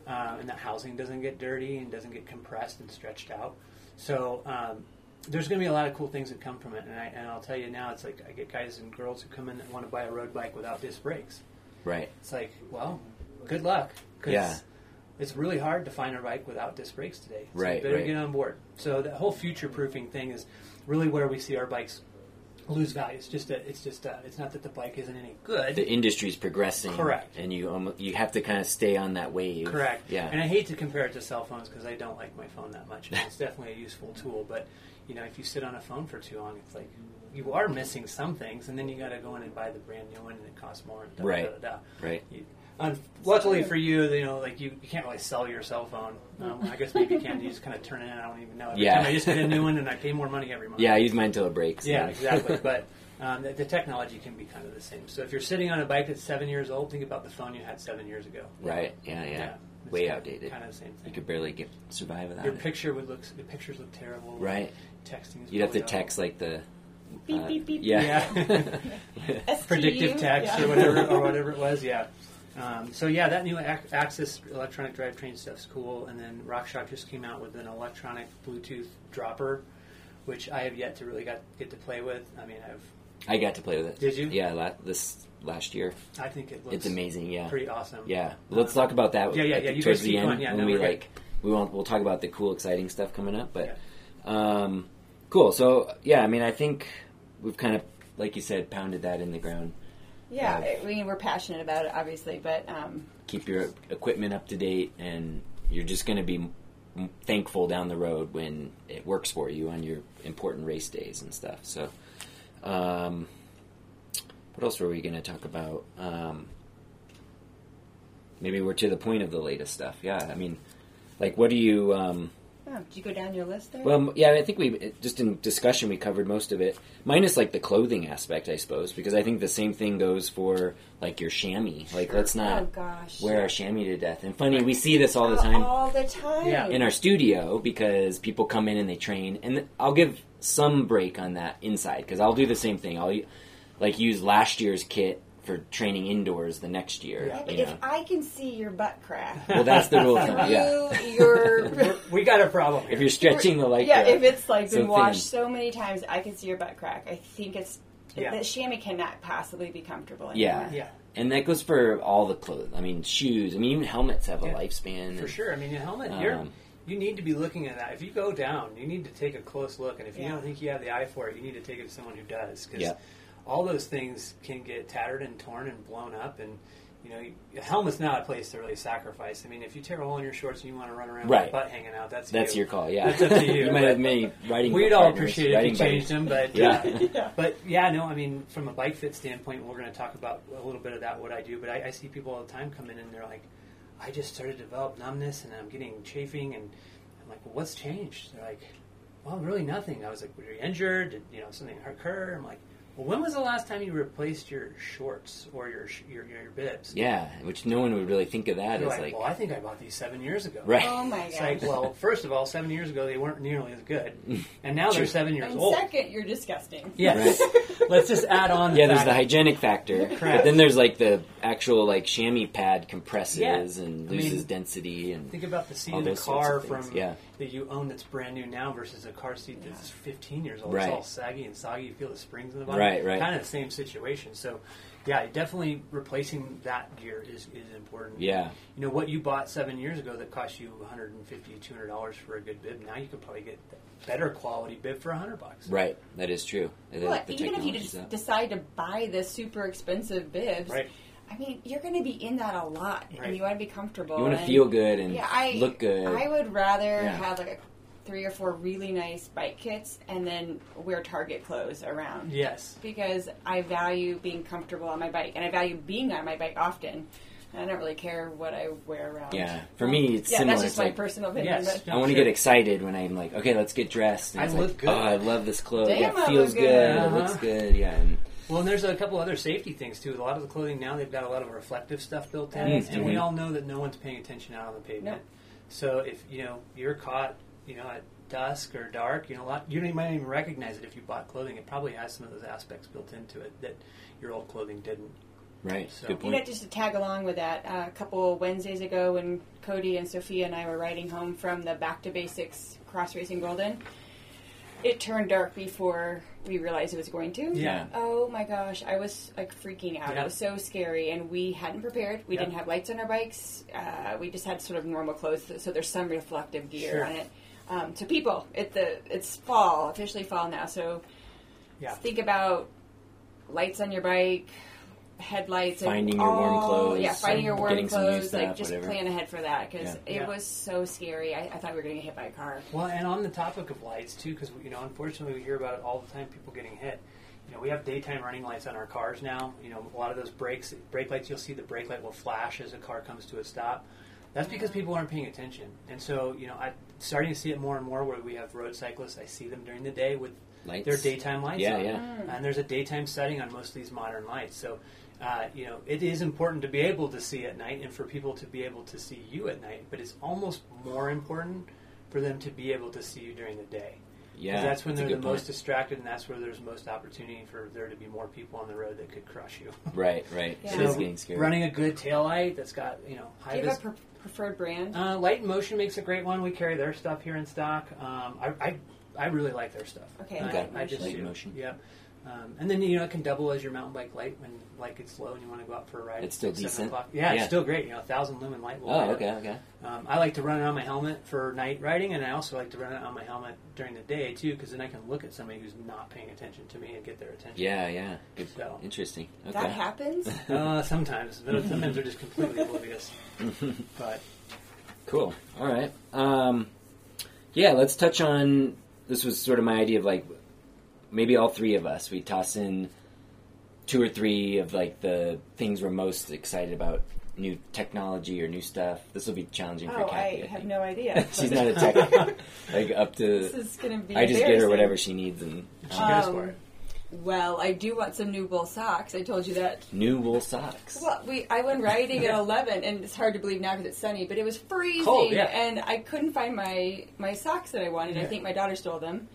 Speaker 3: Um, and that housing doesn't get dirty and doesn't get compressed and stretched out. So um, there's going to be a lot of cool things that come from it. And, I, and I'll tell you now, it's like I get guys and girls who come in that want to buy a road bike without disc brakes.
Speaker 1: Right.
Speaker 3: It's like, well, good luck. 'cause
Speaker 1: Yeah.
Speaker 3: It's really hard to find a bike without disc brakes today. So
Speaker 1: Right,
Speaker 3: You better
Speaker 1: right.
Speaker 3: get on board. So that whole future proofing thing is really where we see our bikes lose value. It's just that it's just uh, it's not that the bike isn't any good.
Speaker 1: The industry's progressing.
Speaker 3: Correct.
Speaker 1: And you almost, you have to kind of stay on that wave.
Speaker 3: Correct.
Speaker 1: Yeah.
Speaker 3: And I hate to compare it to cell phones because I don't like my phone that
Speaker 1: [LAUGHS]
Speaker 3: much. And it's definitely a useful tool, but you know, if you sit on a phone for too long, it's like you are missing some things, and then you got to go in and buy the brand new one, and it costs more. And da,
Speaker 1: Right.
Speaker 3: Da, da, da.
Speaker 1: Right.
Speaker 3: You, un- luckily for you, you know, like you, you can't really sell your cell phone. Um, I guess maybe you can. You just kind of turn it in. I don't even know. Every
Speaker 1: Yeah.
Speaker 3: time I just get a new one, and I pay more money every month.
Speaker 1: Yeah, I use mine until it breaks. [LAUGHS]
Speaker 3: Yeah, exactly. But um, the, the technology can be kind of the same. So if you're sitting on a bike that's seven years old, think about the phone you had seven years ago.
Speaker 1: Right. Yeah, yeah.
Speaker 3: it's
Speaker 1: Way
Speaker 3: kinda-
Speaker 1: outdated.
Speaker 3: Kind of the same thing.
Speaker 1: You could barely get survive without
Speaker 3: Your
Speaker 1: it.
Speaker 3: picture would look. The pictures look terrible.
Speaker 1: Right.
Speaker 3: Texting. Is
Speaker 1: You'd have to
Speaker 3: really awful.
Speaker 1: text like the
Speaker 2: Beep,
Speaker 1: uh,
Speaker 2: beep, beep.
Speaker 1: Yeah.
Speaker 3: Yeah.
Speaker 2: STU,
Speaker 3: Predictive text
Speaker 2: yeah.
Speaker 3: or whatever or whatever it was. Yeah. Um, so yeah, that new Ac- Axis electronic drivetrain stuff's cool. And then RockShox just came out with an electronic Bluetooth dropper, which I have yet to really got, get to play with. I mean, I've
Speaker 1: [LAUGHS] I got to play with it.
Speaker 3: Did you?
Speaker 1: Yeah, la- this last year.
Speaker 3: I think it looks
Speaker 1: it's amazing. Yeah.
Speaker 3: pretty awesome.
Speaker 1: Yeah. Let's talk about that.
Speaker 3: Yeah, yeah, yeah. You
Speaker 1: towards
Speaker 3: guys
Speaker 1: the
Speaker 3: keep
Speaker 1: end
Speaker 3: going. Yeah,
Speaker 1: when
Speaker 3: no,
Speaker 1: we
Speaker 3: we're good.
Speaker 1: like we won't we'll talk about the cool exciting stuff coming up, but um cool. So yeah, I mean I think we've kind of like you said pounded that in the ground.
Speaker 2: [LAUGHS] Yeah, I mean, we're passionate about it, obviously, but um,
Speaker 1: Keep your equipment up to date and you're just going to be m- thankful down the road when it works for you on your important race days and stuff. So um what else were we going to talk about? Um maybe we're to the point of the latest stuff. Yeah, I mean like what do you um
Speaker 2: oh, did you go down your list there?
Speaker 1: Well, m- yeah, I think we just in discussion we covered most of it, minus like the clothing aspect, I suppose, because I think the same thing goes for like your chamois. Like, let's not
Speaker 2: oh gosh,
Speaker 1: uh, wear our chamois to death. And funny, we see this all the time
Speaker 2: all the time.
Speaker 3: Yeah.
Speaker 1: in our studio because people come in and they train, and I'll give some break on that inside because I'll do the same thing. I'll like use last year's kit for training indoors the next year.
Speaker 3: Yeah,
Speaker 2: Yeah, but
Speaker 1: You
Speaker 2: if
Speaker 1: know,
Speaker 2: I can see your butt
Speaker 1: [LAUGHS]
Speaker 2: crack
Speaker 1: well, that's the rule of thumb. Yeah, [LAUGHS]
Speaker 2: through your
Speaker 3: Um, We're- we got a problem. Here.
Speaker 1: if you're stretching the lycra,
Speaker 2: yeah, if it's like
Speaker 1: uh, so
Speaker 2: been
Speaker 1: thin.
Speaker 2: washed so many times, I can see your butt crack. I think it's
Speaker 3: Yeah.
Speaker 2: the chamois cannot possibly be comfortable.
Speaker 1: Yeah.
Speaker 2: Anymore.
Speaker 3: yeah.
Speaker 1: And that goes for all the clothes. I mean, shoes. I mean, even helmets have a
Speaker 3: Yeah,
Speaker 1: lifespan.
Speaker 3: For
Speaker 1: and-
Speaker 3: sure. I mean, your helmet, you're,
Speaker 1: Um,
Speaker 3: you need to be looking at that. If you go down, you need to take a close look. And if you
Speaker 2: Yeah.
Speaker 3: don't think you have the eye for it, you need to take it to someone who does. Because
Speaker 1: Yeah.
Speaker 3: all those things can get tattered and torn and blown up. And, you know, a helmet's not a place to really sacrifice. I mean, if you tear a hole in your shorts and you want to run around
Speaker 1: Right.
Speaker 3: with your butt hanging out, that's
Speaker 1: That's
Speaker 3: you.
Speaker 1: your call. Yeah,
Speaker 3: That's up
Speaker 1: [LAUGHS]
Speaker 3: to you.
Speaker 1: might have many riding.
Speaker 3: We'd all
Speaker 1: partners,
Speaker 3: appreciate it if
Speaker 1: riding
Speaker 3: you changed
Speaker 1: buddies.
Speaker 3: them, but
Speaker 1: Yeah. [LAUGHS]
Speaker 3: yeah.
Speaker 2: Yeah.
Speaker 3: but yeah, no, I mean, from a bike fit standpoint, we're going to talk about a little bit of that what I do. But I, I see people all the time come in and they're like, I just started to develop numbness and I'm getting chafing, and I'm like, well, what's changed? They're like, well, really nothing. I was like, were you injured? Did you know something occur? I'm like, well, when was the last time you replaced your shorts or your sh- your your, your bibs?
Speaker 1: Yeah, which no one would really think of that
Speaker 3: They're
Speaker 1: as
Speaker 3: like,
Speaker 1: like,
Speaker 3: well, I think I bought these seven years ago.
Speaker 1: right.
Speaker 3: [LAUGHS]
Speaker 2: Oh my
Speaker 3: It's
Speaker 2: gosh.
Speaker 3: like, well, first of all, seven years ago they weren't nearly as good,
Speaker 1: [LAUGHS]
Speaker 3: and now
Speaker 1: True.
Speaker 3: they're seven years
Speaker 2: and
Speaker 3: old.
Speaker 2: second, you're disgusting.
Speaker 3: Yes. [LAUGHS] Let's just add on. The
Speaker 1: Yeah, there's
Speaker 3: fact-
Speaker 1: the hygienic
Speaker 3: [LAUGHS]
Speaker 1: factor, but
Speaker 3: Correct.
Speaker 1: then there's like the actual like chamois pad compresses and
Speaker 3: I mean,
Speaker 1: loses density and
Speaker 3: Think about the seat
Speaker 1: All
Speaker 3: in the
Speaker 1: those sorts
Speaker 3: car
Speaker 1: of things,
Speaker 3: from
Speaker 1: yeah.
Speaker 3: that you own that's brand new now versus a car seat that's 15 years old.
Speaker 1: Right.
Speaker 3: It's all saggy and soggy. You feel the springs in the bottom.
Speaker 1: Right, right.
Speaker 3: Kind of the same situation. So, yeah, definitely replacing that gear is, is important.
Speaker 1: Yeah.
Speaker 3: You know, what you bought seven years ago that cost you $150, $200 for a good bib, now you could probably get a better quality bib for 100 bucks.
Speaker 1: Right. That is true. The-
Speaker 2: Well,
Speaker 1: the
Speaker 2: even if you
Speaker 1: technology's
Speaker 2: just
Speaker 1: up.
Speaker 2: decide to buy the super expensive bibs,
Speaker 3: Right.
Speaker 2: I mean, you're going to be in that a lot,
Speaker 3: Right.
Speaker 2: and you want to be comfortable.
Speaker 1: you want to
Speaker 2: and-
Speaker 1: feel good and
Speaker 2: yeah, I
Speaker 1: look good.
Speaker 2: I would rather
Speaker 1: Yeah.
Speaker 2: have like three or four really nice bike kits and then wear Target clothes around
Speaker 3: Yes.
Speaker 2: because I value being comfortable on my bike and I value being on my bike often. And I don't really care what I wear around.
Speaker 1: Yeah. For me, it's
Speaker 2: yeah,
Speaker 1: similar.
Speaker 2: that's just
Speaker 1: It's
Speaker 2: my
Speaker 1: like-
Speaker 2: personal opinion.
Speaker 3: Yes.
Speaker 2: but-
Speaker 1: I want to
Speaker 3: Sure.
Speaker 1: get excited when I'm like, okay, let's get dressed. And
Speaker 3: I
Speaker 1: it's
Speaker 3: look
Speaker 1: like,
Speaker 3: good.
Speaker 1: Oh, I love this clothes.
Speaker 2: Damn,
Speaker 1: yeah,
Speaker 2: I
Speaker 1: it feels
Speaker 2: look
Speaker 1: good.
Speaker 2: good.
Speaker 1: It
Speaker 3: Uh-huh.
Speaker 1: looks good. Yeah. And,
Speaker 3: Well, and there's a couple other safety things too. A lot of the clothing now they've got a lot of reflective stuff built in,
Speaker 1: Mhm.
Speaker 3: and we all know that no one's paying attention out on the pavement. So if you know you're caught, you know at dusk or dark, you know a lot, you don't- you might not even recognize it if you bought clothing. It probably has some of those aspects built into it that your old clothing didn't.
Speaker 1: right.
Speaker 3: So-
Speaker 1: Good
Speaker 2: You
Speaker 1: point.
Speaker 2: know, just to tag along with that, uh, a couple Wednesdays ago when Cody and Sophia and I were riding home from the Back to Basics Cross Racing Golden, it turned dark before we realized it was going to.
Speaker 1: Yeah.
Speaker 2: Oh my gosh, I was like freaking out.
Speaker 3: Yeah.
Speaker 2: It was so scary, and we hadn't prepared. We
Speaker 3: Yeah.
Speaker 2: didn't have lights on our bikes. Uh, we just had sort of normal clothes, so there's some reflective gear
Speaker 3: Sure.
Speaker 2: on it. Um, so people, it, the, it's fall, officially fall now. So
Speaker 3: Yeah.
Speaker 2: think about lights on your bike, headlights,
Speaker 1: Finding
Speaker 2: and
Speaker 1: your warm
Speaker 2: all-
Speaker 1: clothes,
Speaker 2: Yeah, finding your warm
Speaker 1: getting some new
Speaker 2: clothes. like
Speaker 1: stuff,
Speaker 2: just
Speaker 1: whatever.
Speaker 2: plan ahead for that because
Speaker 1: Yeah.
Speaker 2: it
Speaker 3: Yeah.
Speaker 2: was so scary. I, I thought we were going to get hit by a car.
Speaker 3: Well, and on the topic of lights too, because you know, unfortunately, we hear about it all the time. People getting hit. You know, we have daytime running lights on our cars now. You know, a lot of those brakes, brake lights, you'll see the brake light will flash as a car comes to a stop. That's because people aren't paying attention. And so, you know, I'm starting to see it more and more where we have road cyclists. I see them during the day with
Speaker 1: Lights.
Speaker 3: their daytime lights.
Speaker 1: Yeah,
Speaker 3: on.
Speaker 1: yeah.
Speaker 2: Mm.
Speaker 3: And there's a daytime setting on most of these modern lights. So, uh, you know, it is important to be able to see at night and for people to be able to see you at night, but it's almost more important for them to be able to see you during the day. 'Cause
Speaker 1: Yeah.
Speaker 3: that's when
Speaker 1: a
Speaker 3: they're the
Speaker 1: good
Speaker 3: most
Speaker 1: point.
Speaker 3: distracted, and that's where there's most opportunity for there to be more people on the road that could crush you.
Speaker 1: Right. Right.
Speaker 3: [LAUGHS]
Speaker 2: Yeah.
Speaker 1: It is
Speaker 2: So,
Speaker 1: getting scary.
Speaker 3: Running a good taillight that's got, you know, high
Speaker 2: Do you have
Speaker 3: vis-
Speaker 2: a pre- preferred brand?
Speaker 3: uh, Light and Motion makes a great one. We carry their stuff here in stock. Um, I, I, I really like their stuff.
Speaker 2: Okay,
Speaker 3: I,
Speaker 2: Okay.
Speaker 3: I just
Speaker 1: Light and
Speaker 3: do.
Speaker 1: Motion.
Speaker 3: Yeah. Um, and then you know it can double as your mountain bike light when like it's low and you want to go out for a ride.
Speaker 1: It's still
Speaker 3: at seven
Speaker 1: decent.
Speaker 3: o'clock. Yeah,
Speaker 1: Yeah.
Speaker 3: it's still great. You know, a thousand lumen light. will
Speaker 1: Oh,
Speaker 3: light up.
Speaker 1: okay, okay.
Speaker 3: Um, I like to run it on my helmet for night riding, and I also like to run it on my helmet during the day too, because then I can look at somebody who's not paying attention to me and get their attention.
Speaker 1: Yeah, yeah. Good.
Speaker 3: So-
Speaker 1: Interesting. Okay. [LAUGHS]
Speaker 2: That happens.
Speaker 3: Uh, sometimes, but sometimes they're just completely oblivious. But
Speaker 1: Cool. All right. Um, yeah, let's touch on. This was sort of my idea of like maybe all three of us we toss in two or three of like the things we're most excited about, new technology or new stuff. This will be challenging for
Speaker 2: oh,
Speaker 1: Kathy.
Speaker 2: I have
Speaker 1: think.
Speaker 2: no idea.
Speaker 1: [LAUGHS] She's
Speaker 2: [LAUGHS]
Speaker 1: not a tech. like up
Speaker 2: This
Speaker 1: to.
Speaker 2: is going to be.
Speaker 1: I just get her
Speaker 2: embarrassing.
Speaker 1: whatever she needs and
Speaker 3: she goes
Speaker 2: Um,
Speaker 3: for it.
Speaker 2: Well, I do want some new wool socks. I told you that
Speaker 1: new wool socks.
Speaker 2: Well, we I went
Speaker 3: [LAUGHS]
Speaker 2: riding at eleven, and it's hard to believe now because it's sunny, but it was freezing,
Speaker 3: Cold, yeah.
Speaker 2: and I couldn't find my my socks that I wanted. I
Speaker 3: Yeah.
Speaker 2: think my daughter stole them,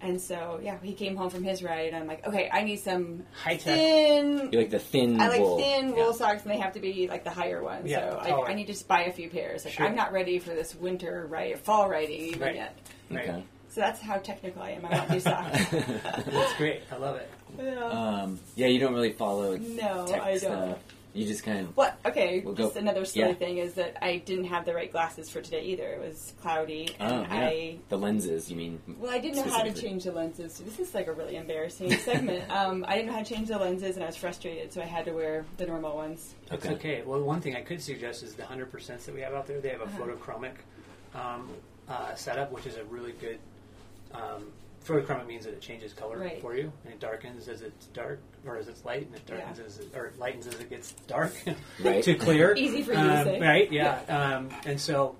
Speaker 2: and so yeah, he came home from his ride, and I'm like, okay, I need some
Speaker 3: High tech.
Speaker 2: thin.
Speaker 1: You like the thin
Speaker 2: I like
Speaker 1: wool.
Speaker 2: thin wool
Speaker 3: Yeah.
Speaker 2: socks, and they have to be like the higher ones.
Speaker 3: Yeah,
Speaker 2: So
Speaker 3: taller.
Speaker 2: I, I need to just buy a few pairs. Like
Speaker 3: Sure.
Speaker 2: I'm not ready for this winter ride, fall riding even
Speaker 3: Right.
Speaker 2: yet.
Speaker 3: Right.
Speaker 1: Okay.
Speaker 2: So that's how technical I am. I want new socks.
Speaker 3: [LAUGHS] That's great. I love it.
Speaker 2: Yeah.
Speaker 1: [LAUGHS] Um, yeah, you don't really follow
Speaker 2: No,
Speaker 1: tech
Speaker 2: I don't.
Speaker 1: stuff. You just kind of
Speaker 2: What? Okay,
Speaker 1: We'll
Speaker 2: just
Speaker 1: go-
Speaker 2: another silly
Speaker 1: yeah.
Speaker 2: thing is that I didn't have the right glasses for today either. It was cloudy,
Speaker 1: Oh,
Speaker 2: and
Speaker 1: yeah.
Speaker 2: I
Speaker 1: the lenses, you mean?
Speaker 2: well, I didn't know how to
Speaker 1: Specifically.
Speaker 2: change the lenses. This is like a really
Speaker 3: [LAUGHS]
Speaker 2: embarrassing segment. um, I didn't know how to change the lenses, and I was frustrated, so I had to wear the normal ones.
Speaker 3: It's
Speaker 1: Okay.
Speaker 3: okay. Well, one thing I could suggest is the 100% that we have out there. They have a
Speaker 2: Uh-huh.
Speaker 3: photochromic um, uh, setup, which is a really good. Um, photochromic means that it changes color
Speaker 2: Right.
Speaker 3: for you, and it darkens as it's dark or as it's light, and it
Speaker 2: Yeah.
Speaker 3: darkens as it, or it lightens as it gets dark [LAUGHS]
Speaker 1: Right.
Speaker 3: to clear.
Speaker 2: [LAUGHS] Easy for you
Speaker 3: um,
Speaker 2: to say.
Speaker 3: Right?
Speaker 2: [LAUGHS]
Speaker 3: Yeah. Um, and so.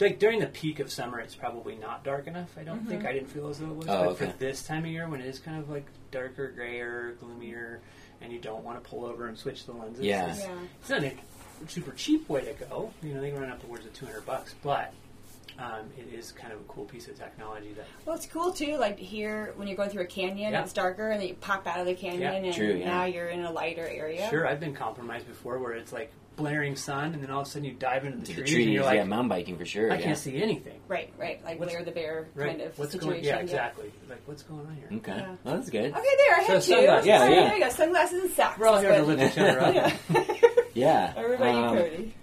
Speaker 3: Like during the peak of summer, it's probably not dark enough. I don't
Speaker 2: Mm-hmm.
Speaker 3: think I didn't feel as though it was.
Speaker 1: Oh,
Speaker 3: but
Speaker 1: okay.
Speaker 3: for this time of year, when it is kind of like darker, grayer, gloomier, and you don't want to pull over and switch the lenses,
Speaker 1: Yeah.
Speaker 3: it's-
Speaker 2: Yeah.
Speaker 3: it's not a super cheap way to go. You know, they can run up towards the 200 bucks, but um, it is kind of a cool piece of technology that
Speaker 2: Well, it's cool too. Like here, when you're going through a canyon,
Speaker 3: Yeah.
Speaker 2: it's darker, and then you pop out of the canyon,
Speaker 3: Yeah,
Speaker 2: and
Speaker 1: true, yeah.
Speaker 2: now you're in a lighter area.
Speaker 3: Sure, I've been compromised before where it's like blaring sun, and then all of a sudden you dive into the,
Speaker 1: to the
Speaker 3: trees,
Speaker 1: trees.
Speaker 3: and you're like,
Speaker 1: yeah, mountain biking for sure.
Speaker 3: I
Speaker 1: yeah.
Speaker 3: can't see anything.
Speaker 2: Right, right. Like
Speaker 3: What's-
Speaker 2: Lair the Bear
Speaker 3: Right?
Speaker 2: kind of
Speaker 3: what's
Speaker 2: situation.
Speaker 3: going? Yeah, exactly. Like what's going on here?
Speaker 1: Okay,
Speaker 2: Yeah.
Speaker 1: well, that's good.
Speaker 2: Okay, there. I
Speaker 3: So
Speaker 2: had two.
Speaker 3: sunglasses.
Speaker 1: Yeah,
Speaker 2: Sorry,
Speaker 1: yeah.
Speaker 2: There you go. Sunglasses and socks.
Speaker 3: We're all here to
Speaker 2: but-
Speaker 3: lift each
Speaker 2: [LAUGHS]
Speaker 3: other up.
Speaker 2: Yeah.
Speaker 1: Yeah.
Speaker 2: Everybody,
Speaker 1: Um,
Speaker 2: Cody.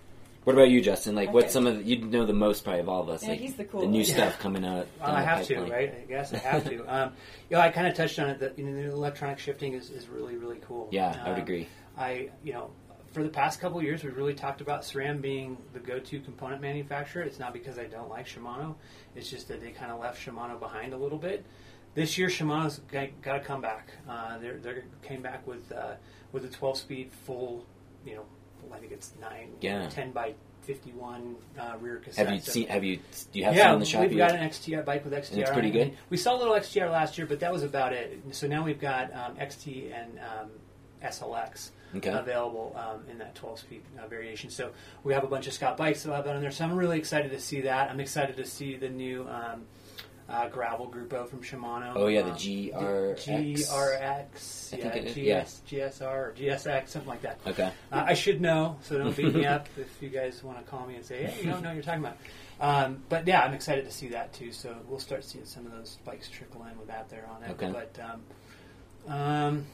Speaker 1: What about you, Justin? Like, what's
Speaker 2: Okay.
Speaker 1: some of the, you know the most probably of all of us?
Speaker 2: Yeah,
Speaker 1: like
Speaker 2: he's the cool
Speaker 1: new
Speaker 2: one.
Speaker 1: stuff coming out.
Speaker 3: Well,
Speaker 1: down
Speaker 3: I
Speaker 1: the
Speaker 3: have to,
Speaker 1: pipeline.
Speaker 3: right? I guess I have
Speaker 1: [LAUGHS]
Speaker 3: to. Um, you know, I kind of touched on it that you know, the electronic shifting is, is really, really cool.
Speaker 1: Yeah, I would
Speaker 3: Um,
Speaker 1: agree.
Speaker 3: I, you know, for the past couple of years, we really talked about SRAM being the go-to component manufacturer. It's not because I don't like Shimano; it's just that they kind of left Shimano behind a little bit. This year, Shimano's got, got to come back. Uh, they they came back with uh, with a 12-speed full, you know, I think it's nine,
Speaker 1: Yeah.
Speaker 3: 10 by 51 uh, rear cassette.
Speaker 1: Have you
Speaker 3: So-
Speaker 1: seen? Have you? Do you have
Speaker 3: yeah,
Speaker 1: some in the shop?
Speaker 3: we've
Speaker 1: you-
Speaker 3: got an XTR bike with XTR.
Speaker 1: And it's pretty
Speaker 3: on it.
Speaker 1: good?
Speaker 3: We saw a little XTR last year, but that was about it. So now we've got um, XT and um, SLX
Speaker 1: Okay.
Speaker 3: available um, in that 12-speed uh, variation. So we have a bunch of Scott bikes that we'll have on there. So I'm really excited to see that. I'm excited to see the new um, uh, gravel Grupo from Shimano.
Speaker 1: Oh, yeah, the
Speaker 3: Um,
Speaker 1: GRX.
Speaker 3: GRX,
Speaker 1: I
Speaker 3: yeah,
Speaker 1: think it is,
Speaker 3: GS, GSR, or GSX, something like that.
Speaker 1: okay.
Speaker 3: Uh, I should know, so don't beat me up [LAUGHS] if you guys want to call me and say, "Hey, you don't know what you're talking about." Um, but yeah, I'm excited to see that too. So we'll start seeing some of those bikes trickle in with that there on it.
Speaker 1: Okay.
Speaker 3: But um, um,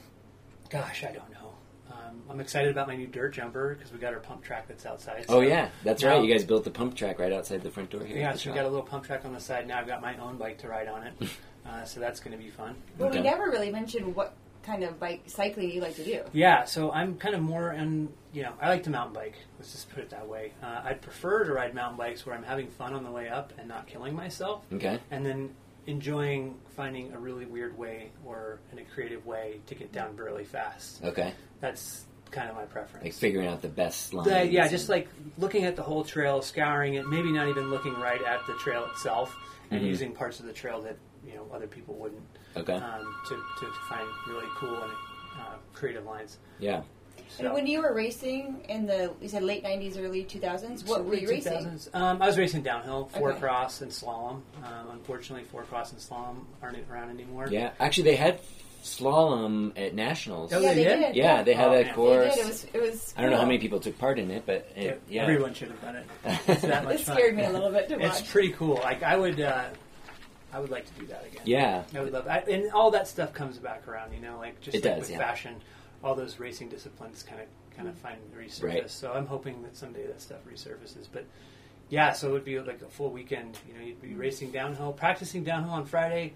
Speaker 3: gosh, I don't know. Um, I'm excited about my new dirt jumper because we got our pump track that's outside.
Speaker 1: Oh yeah, that's
Speaker 3: Now-
Speaker 1: right. You guys built the pump track right outside the front door here.
Speaker 3: yeah.
Speaker 1: at the
Speaker 3: So we
Speaker 1: shop.
Speaker 3: got a little pump track on the side. Now I've got my own bike to ride on it,
Speaker 1: [LAUGHS]
Speaker 3: uh, so that's going to be fun.
Speaker 2: Well, we
Speaker 1: Okay.
Speaker 2: never really mentioned what kind of bike cycling you like to do.
Speaker 3: Yeah, so I'm kind of more in, you know, I like to mountain bike. Let's just put it that way. Uh, I prefer to ride mountain bikes where I'm having fun on the way up and not killing myself,
Speaker 1: Okay.
Speaker 3: and then enjoying finding a really weird way or in a creative way to get down really fast.
Speaker 1: Okay.
Speaker 3: That's kind of my
Speaker 1: Mm. Like
Speaker 3: preference.
Speaker 1: figuring out the best lines.
Speaker 3: Uh, yeah, just like looking at the whole trail, scouring it, maybe not even looking right at the trail itself, and
Speaker 1: Mhm.
Speaker 3: using parts of the trail that you know other people wouldn't
Speaker 1: Okay.
Speaker 3: um, to, to, to find really cool and uh, creative lines.
Speaker 1: yeah.
Speaker 3: So-
Speaker 2: And when you were racing in the, you said late 90s, early 2000s, what were you racing?
Speaker 3: 2000s. Um, I was racing downhill, four
Speaker 2: Okay.
Speaker 3: cross and slalom. Um, unfortunately, four cross and slalom aren't around anymore.
Speaker 1: Yeah. Actually, they had slalom at nationals.
Speaker 3: Oh,
Speaker 2: yeah,
Speaker 3: they
Speaker 2: they
Speaker 3: did?
Speaker 2: did.
Speaker 1: Yeah, they had
Speaker 3: Oh,
Speaker 1: that
Speaker 3: man.
Speaker 2: They
Speaker 1: course.
Speaker 2: did. It was, it was
Speaker 1: I don't know how
Speaker 2: cool.
Speaker 1: many people took part in it, but it, yeah.
Speaker 3: everyone should
Speaker 1: [LAUGHS]
Speaker 3: have done it. It's that much
Speaker 2: This
Speaker 3: fun.
Speaker 2: scared me a little bit to watch.
Speaker 3: It's pretty cool. Like I would, uh, I would like to do that again.
Speaker 1: Yeah.
Speaker 3: I would love. I, and all that stuff comes back around, you know, like just
Speaker 1: It
Speaker 3: like
Speaker 1: does,
Speaker 3: with
Speaker 1: yeah.
Speaker 3: fashion, all those racing disciplines kind of kind of find resurface.
Speaker 1: Right.
Speaker 3: So I'm hoping that someday that stuff resurfaces. But yeah, so it would be like a full weekend. You know, you'd be racing downhill, practicing downhill on Friday.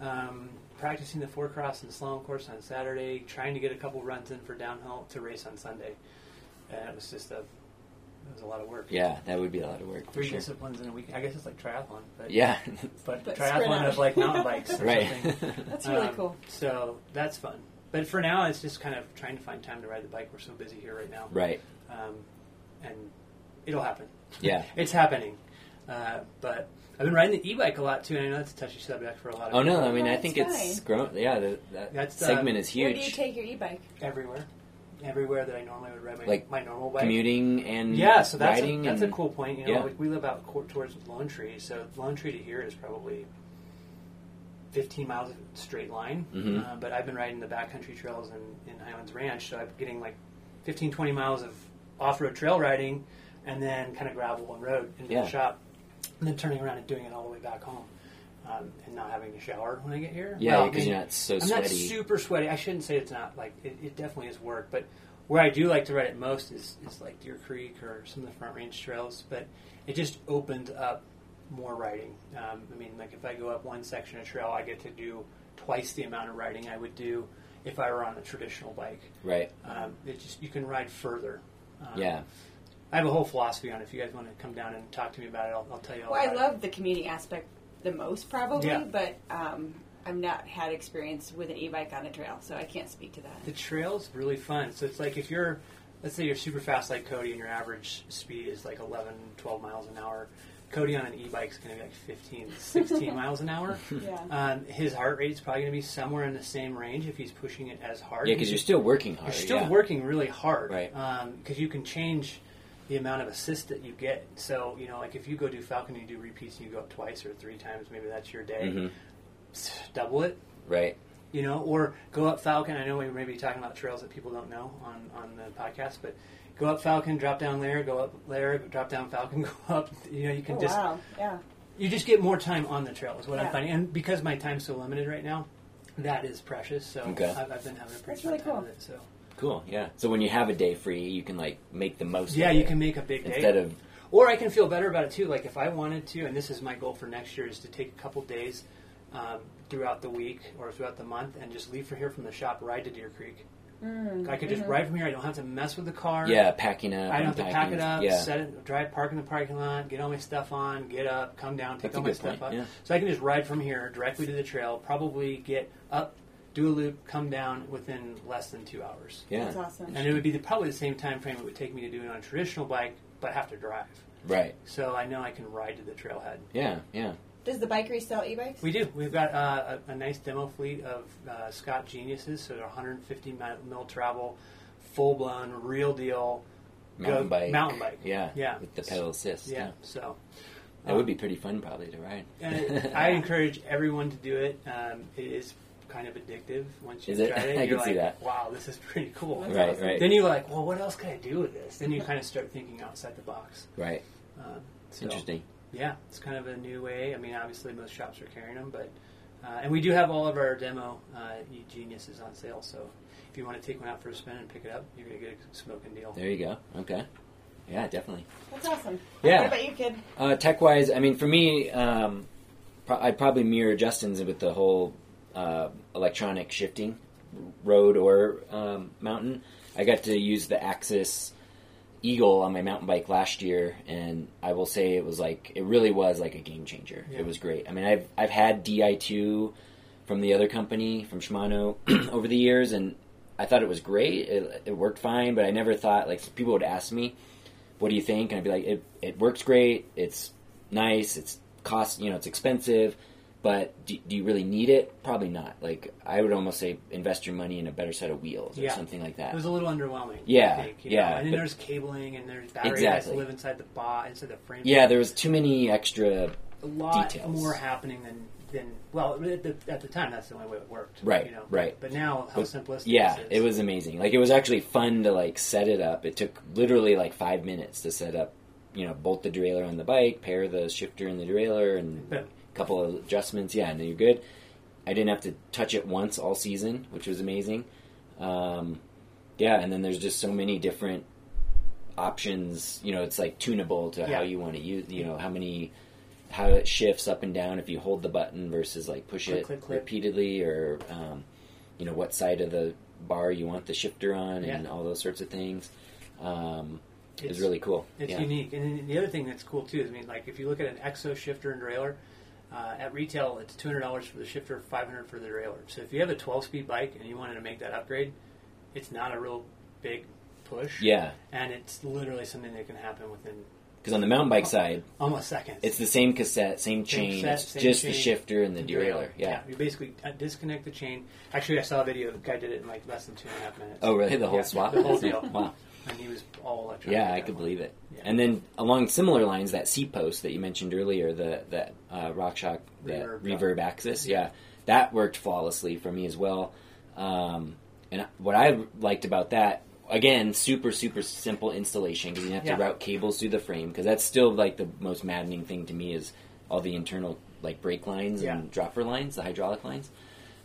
Speaker 3: Um, practicing the four cross and slalom course on Saturday, trying to get a couple runs in for downhill to race on Sunday, and it was just a, it was a lot of work.
Speaker 1: Yeah, that would be a lot of work for
Speaker 3: Three
Speaker 1: sure.
Speaker 3: disciplines in a week. I guess it's like triathlon, but
Speaker 1: Yeah.
Speaker 3: but,
Speaker 2: But spread
Speaker 3: triathlon
Speaker 2: out.
Speaker 3: of [LAUGHS] like mountain bikes, [LAUGHS] or
Speaker 1: right.
Speaker 3: Something.
Speaker 2: That's really
Speaker 3: Um,
Speaker 2: cool.
Speaker 3: So that's fun. But for now, it's just kind of trying to find time to ride the bike. We're so busy here right now,
Speaker 1: [LAUGHS] right.
Speaker 3: um, and it'll happen.
Speaker 1: Yeah.
Speaker 3: It's happening. Uh, but I've been riding the e-bike a lot too, and I know that's a touchy subject for a lot of
Speaker 1: Oh no!
Speaker 3: people.
Speaker 1: I mean,
Speaker 2: No,
Speaker 1: I
Speaker 2: it's
Speaker 1: think it's
Speaker 2: fine.
Speaker 1: grown. Yeah, the, that
Speaker 3: That's, uh,
Speaker 1: segment is huge.
Speaker 2: Where do you take your e-bike?
Speaker 3: everywhere, everywhere that I normally would ride my,
Speaker 1: Like,
Speaker 3: my normal bike.
Speaker 1: Commuting and
Speaker 3: Yeah, so that's a,
Speaker 1: riding
Speaker 3: that's
Speaker 1: and
Speaker 3: a cool point. You know,
Speaker 1: yeah.
Speaker 3: like we live out court towards Lone Tree, so Lone Tree to here is probably 15 miles of straight line.
Speaker 1: Mhm.
Speaker 3: Uh, but I've been riding the backcountry trails in, in Highlands Ranch, so I'm getting like 15, 20 miles of off-road trail riding, and then kind of gravel and road into
Speaker 1: Yeah.
Speaker 3: the shop, and then turning around and doing it all the way back home. Um, and not having to shower when I get here.
Speaker 1: Yeah,
Speaker 3: Well, I
Speaker 1: because
Speaker 3: mean,
Speaker 1: you're not so
Speaker 3: I'm
Speaker 1: sweaty.
Speaker 3: not super sweaty. I shouldn't say it's not like it, it definitely is work, but where I do like to ride it most is, is like Deer Creek or some of the Front Range trails. But it just opens up more riding. Um, I mean, like if I go up one section of trail, I get to do twice the amount of riding I would do if I were on a traditional bike.
Speaker 1: right.
Speaker 3: Um, it just you can ride further. Um,
Speaker 1: Yeah.
Speaker 3: I have a whole philosophy on it. If you guys want to come down and talk to me about it, I'll, I'll tell you. All
Speaker 2: Well, I
Speaker 3: about it.
Speaker 2: love the commuting aspect the most probably,
Speaker 3: Yeah.
Speaker 2: but um, I've not had experience with an e-bike on a trail, so I can't speak to
Speaker 3: The
Speaker 2: that.
Speaker 3: trail's really fun. So it's like if you're, let's say you're super fast like Cody and your average speed is like 11, 12 miles an hour. Cody on an e-bike is going to be like 15, 16 miles an hour.
Speaker 2: Yeah. Oh,
Speaker 3: Um, his heart rate's probably going to be somewhere in the same range if he's pushing it as hard.
Speaker 1: Yeah, because you're still working hard.
Speaker 3: Uh, You're still
Speaker 1: yeah.
Speaker 3: working really hard,
Speaker 1: Right.
Speaker 3: Because you can change the amount of assist that you get. So you know, like if you go do Falcon, you do
Speaker 1: Mm-hmm.
Speaker 3: repeats, and you go up twice or three times. Maybe that's your day.
Speaker 1: Mhm.
Speaker 3: Double it,
Speaker 1: Right.
Speaker 3: you know, or go up Falcon. I know we may be talking about trails that people don't know on, on the podcast, but go up Falcon, drop down Lair, go up Lair, drop down Falcon, [LAUGHS] go up. You know, you can
Speaker 2: Oh,
Speaker 3: just
Speaker 2: wow. Yeah.
Speaker 3: you just get more time on the trail is what I'm
Speaker 2: Yeah.
Speaker 3: finding, and because my time's so limited right now, that is precious. So
Speaker 1: Okay.
Speaker 3: I've, I've been having a pretty
Speaker 2: That's
Speaker 3: fun
Speaker 2: really
Speaker 3: time
Speaker 2: cool.
Speaker 3: with it. So
Speaker 1: Cool. Yeah. So when you have a day free, you can like make the most.
Speaker 3: yeah,
Speaker 1: of
Speaker 3: you
Speaker 1: it.
Speaker 3: can make a big day
Speaker 1: instead of
Speaker 3: or I can feel better about it too. Like if I wanted to, and this is my goal for next year, is to take a couple days um, throughout the week or throughout the month and just leave for here from the shop, ride to Deer Creek. I could just ride from here. I don't have to mess with the car.
Speaker 1: yeah packing up.
Speaker 3: I don't have to pack
Speaker 1: unpacking.
Speaker 3: it up,
Speaker 1: Yeah.
Speaker 3: set it, drive, park in the parking lot, get all my stuff on, get up, come down, take
Speaker 1: That's a
Speaker 3: all my
Speaker 1: good
Speaker 3: stuff
Speaker 1: point,
Speaker 3: up.
Speaker 1: yeah.
Speaker 3: So I can just ride from here directly to the trail, probably get up, do a loop, come down within less than two hours.
Speaker 1: yeah.
Speaker 2: That's awesome.
Speaker 3: And it would be the, probably the same time frame it would take me to do it on a traditional bike, but have to drive.
Speaker 1: Right.
Speaker 3: So I know I can ride to the trailhead.
Speaker 1: Yeah. Yeah.
Speaker 2: Does the bikery sell e-bikes?
Speaker 3: We do. We've got uh, a, a nice demo fleet of uh, Scott Geniuses, so they're 150 mi- mil travel, full blown, real deal.
Speaker 1: Mountain
Speaker 3: go-
Speaker 1: bike.
Speaker 3: Mountain bike.
Speaker 1: Yeah.
Speaker 3: Yeah.
Speaker 1: With the pedal assist.
Speaker 3: Yeah. So um,
Speaker 1: That would be pretty fun, probably to ride. [LAUGHS]
Speaker 3: And I encourage everyone to do it. Um, it is kind of addictive once you
Speaker 1: Is it?
Speaker 3: try
Speaker 1: [LAUGHS]
Speaker 3: it.
Speaker 1: I
Speaker 3: You're
Speaker 1: can see
Speaker 3: like,
Speaker 1: that.
Speaker 3: Wow, this is pretty cool.
Speaker 2: That's
Speaker 1: right.
Speaker 2: awesome.
Speaker 1: Right.
Speaker 3: Then you're like, well, what else could I do with this? Then you kind of start thinking outside the box.
Speaker 1: right.
Speaker 3: Um, so-
Speaker 1: Interesting.
Speaker 3: Yeah, it's kind of a new way. I mean, obviously most shops are carrying them, but uh, and we do have all of our demo uh, geniuses on sale. So if you want to take one out for a spin and pick it up, you're gonna get a smoking deal.
Speaker 1: There you go. Okay. Yeah. Definitely.
Speaker 2: That's awesome.
Speaker 1: Yeah.
Speaker 2: What about you, kid? [LAUGHS]
Speaker 1: Uh, tech wise, I mean, for me, um, pro- I'd probably mirror Justin's with the whole uh, electronic shifting, road or um, mountain. I got to use the Axis Eagle on my mountain bike last year, and I will say it was like it really was like a game changer.
Speaker 3: Yeah.
Speaker 1: It was great. I mean, I've I've had Di two from the other company from Shimano [CLEARS THROAT] over the years, and I thought it was great. It, it worked fine, but I never thought like people would ask me, "What do you think?" And I'd be like, "It it works great. It's nice. It's cost you know it's expensive." But do, do you really need it? Probably not. Like I would almost say, invest your money in a better set of wheels or
Speaker 3: Yeah.
Speaker 1: something like that.
Speaker 3: It was a little underwhelming.
Speaker 1: Yeah,
Speaker 3: I think, you
Speaker 1: yeah,
Speaker 3: know? And then
Speaker 1: but-
Speaker 3: there's cabling and there's batteries
Speaker 1: Exactly.
Speaker 3: that live inside the bot, inside the frame.
Speaker 1: Yeah, there was too many extra.
Speaker 3: a lot
Speaker 1: details.
Speaker 3: more happening than than well at the, at the time. That's the only way it worked.
Speaker 1: Right,
Speaker 3: You know?
Speaker 1: right.
Speaker 3: But now, how
Speaker 1: But-
Speaker 3: simplistic.
Speaker 1: Yeah,
Speaker 3: this is.
Speaker 1: it was amazing. Like it was actually fun to like set it up. It took literally like five minutes to set up. You know, bolt the derailleur on the bike, pair the shifter and the derailleur, and
Speaker 3: Yeah.
Speaker 1: a couple of adjustments. Yeah, and you're good. I didn't have to touch it once all season, which was amazing. Um, yeah, and then there's just so many different options. You know, it's like tunable to
Speaker 3: Yeah.
Speaker 1: how you want to use. You know, how many how it shifts up and down if you hold the button versus like push
Speaker 3: Click,
Speaker 1: it
Speaker 3: click, click.
Speaker 1: repeatedly or um, you know what side of the bar you want the shifter on and
Speaker 3: Yeah.
Speaker 1: all those sorts of things um,
Speaker 3: It's-
Speaker 1: is really cool
Speaker 3: It's
Speaker 1: yeah.
Speaker 3: unique. And then the other thing that's cool too is, I mean, like if you look at an EXO shifter and derailleur, uh, at retail it's two hundred dollars for the shifter, five hundred for the derailleur. So if you have a twelve speed bike and you wanted to make that upgrade, it's not a real big push.
Speaker 1: yeah
Speaker 3: And it's literally something that can happen within
Speaker 1: because on the mountain
Speaker 3: Oh.
Speaker 1: bike side
Speaker 3: almost seconds.
Speaker 1: it's the same cassette same chain
Speaker 3: set,
Speaker 1: it's
Speaker 3: same
Speaker 1: just the
Speaker 3: chain,
Speaker 1: shifter and the derailleur yeah.
Speaker 3: you basically uh, disconnect the chain. Actually, I saw a video. The guy did it in like less than two and a half minutes.
Speaker 1: oh really the whole
Speaker 3: Yeah,
Speaker 1: swap [LAUGHS]
Speaker 3: the whole deal.
Speaker 1: wow
Speaker 3: And he was all electronic.
Speaker 1: yeah
Speaker 3: at
Speaker 1: I
Speaker 3: that
Speaker 1: could
Speaker 3: point.
Speaker 1: believe it
Speaker 3: Yeah.
Speaker 1: and then along similar lines that C post that you mentioned earlier the that uh, rock shock the
Speaker 3: Reverb,
Speaker 1: reverb,
Speaker 3: yeah.
Speaker 1: axis yeah that worked flawlessly for me as well um, and what I liked about that again super super simple installation because you didn't have
Speaker 3: Yeah.
Speaker 1: to route cables through the frame because that's still like the most maddening thing to me is all the internal like brake lines
Speaker 3: Yeah.
Speaker 1: and dropper lines the hydraulic lines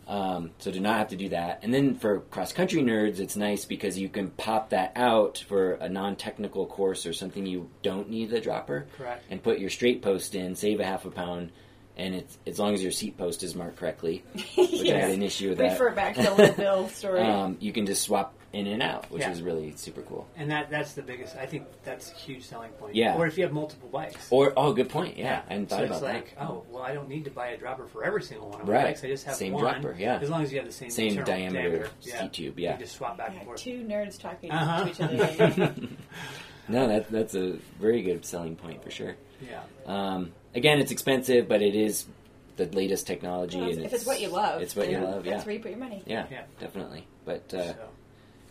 Speaker 1: um, so to not have to do that. And then for cross country nerds, it's nice because you can pop that out for a non technical course or something you don't need the dropper.
Speaker 3: Correct.
Speaker 1: And put your straight post in, save a half a pound, and it's as long as your seat post is marked
Speaker 3: [LAUGHS]
Speaker 1: correctly, which I had an issue with that.
Speaker 2: Refer back to the little
Speaker 1: [LAUGHS]
Speaker 2: Bill story.
Speaker 1: um, you can just swap in and out, which
Speaker 3: Yeah.
Speaker 1: is really super cool.
Speaker 3: And that that's the biggest. I think that's a huge selling point.
Speaker 1: Yeah.
Speaker 3: Or if you have multiple bikes.
Speaker 1: Or oh, good point. Yeah, I hadn't thought
Speaker 3: so
Speaker 1: about
Speaker 3: it's
Speaker 1: that.
Speaker 3: like, oh, well, I don't need to buy a dropper for every single one of my
Speaker 1: Right.
Speaker 3: bikes. I just have
Speaker 1: Same
Speaker 3: one.
Speaker 1: dropper, yeah.
Speaker 3: As long as you have the same
Speaker 1: Same
Speaker 3: internal
Speaker 1: diameter
Speaker 3: yeah.
Speaker 1: seat tube, yeah. [LAUGHS]
Speaker 3: You [LAUGHS] just swap back and
Speaker 2: Yeah,
Speaker 3: forth.
Speaker 2: two nerds talking
Speaker 3: Uh-huh.
Speaker 2: to
Speaker 3: [LAUGHS]
Speaker 2: each other.
Speaker 1: No, that, that's a very good selling point for sure.
Speaker 3: Yeah.
Speaker 1: Um, again, it's expensive, but it is the latest technology.
Speaker 2: Well,
Speaker 1: and
Speaker 2: if it's what you love,
Speaker 1: it's what you
Speaker 3: then
Speaker 1: love. Yeah,
Speaker 2: That's where you put your money.
Speaker 1: yeah,
Speaker 3: Yeah.
Speaker 1: definitely. But uh,
Speaker 3: so,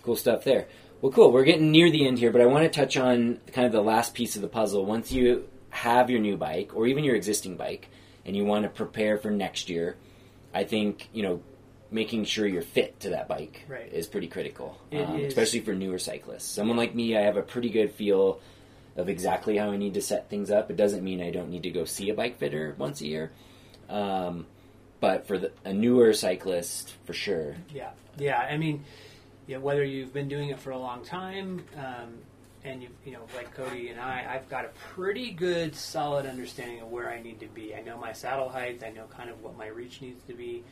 Speaker 1: cool stuff there. Well, cool. We're getting near the end here, but I want to touch on kind of the last piece of the puzzle. Once you have your new bike or even your existing bike, and you want to prepare for next year, I think you know making sure you're fit to that bike
Speaker 3: Right.
Speaker 1: is pretty critical,
Speaker 3: It
Speaker 1: um,
Speaker 3: is.
Speaker 1: especially for newer cyclists. Someone like me, I have a pretty good feel of exactly how I need to set things up. It doesn't mean I don't need to go see a bike fitter once a year, um, but for the, a newer cyclist, for sure,
Speaker 3: Yeah, yeah. I mean, yeah, whether you've been doing it for a long time, um, and you you know, like Cody and I, I've got a pretty good, solid understanding of where I need to be. I know my saddle height. I know kind of what my reach needs to be.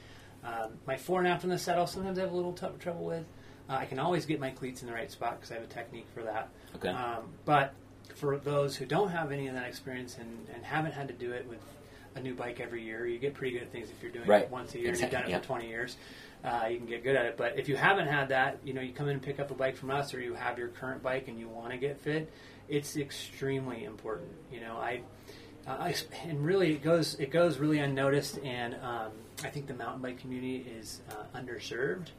Speaker 3: Um, my fore and aft on the saddle sometimes I have a little t- trouble with. Uh, I can always get my cleats in the right spot because I have a technique for that.
Speaker 1: Okay.
Speaker 3: Um, but for those who don't have any of that experience and, and haven't had to do it with a new bike every year, you get pretty good at things if you're doing
Speaker 1: Right.
Speaker 3: it once a year. and You've
Speaker 1: Exactly,
Speaker 3: done it
Speaker 1: yeah.
Speaker 3: for 20 years. Uh, you can get good at it. But if you haven't had that, you know, you come in and pick up a bike from us, or you have your current bike and you want to get fit, it's extremely important. You know, I, uh, I and really it goes it goes really unnoticed, and um, I think the mountain bike community is uh, underserved.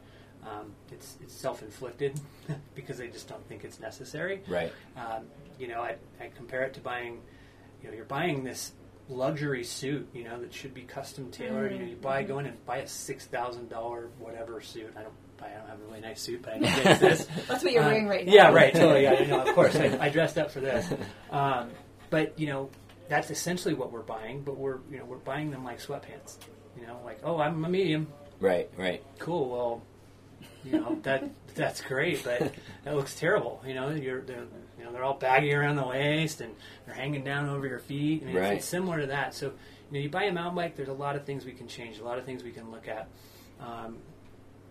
Speaker 3: Um, it's it's self inflicted [LAUGHS] because they just don't think it's necessary.
Speaker 1: right?
Speaker 3: Um, you know, I, I compare it to buying, you know, you're buying this luxury suit, you know, that should be custom tailored. You know, you buy,
Speaker 2: Mm-hmm.
Speaker 3: go in and buy a six thousand dollar whatever suit. I don't, I don't have a really nice suit, but I
Speaker 2: [LAUGHS]
Speaker 3: know
Speaker 1: [LAUGHS]
Speaker 3: it exists.
Speaker 2: That's what you're
Speaker 3: Uh,
Speaker 2: wearing right now.
Speaker 3: Yeah, right. Totally. Yeah, you know, of
Speaker 2: [LAUGHS]
Speaker 3: course. I, I dressed up for this. Um, but you know, that's essentially what we're buying. But we're, you know, we're buying them like sweatpants. You know, like oh, I'm a medium.
Speaker 1: Right, right.
Speaker 3: Cool. Well, you know [LAUGHS] that that's great, but that looks terrible. You know, you're they're, you know they're all baggy around the waist and they're hanging down over your feet. I mean,
Speaker 1: Right.
Speaker 3: it's, it's similar to that. So you know, you buy a mountain bike. There's a lot of things we can change. A lot of things we can look at. Um,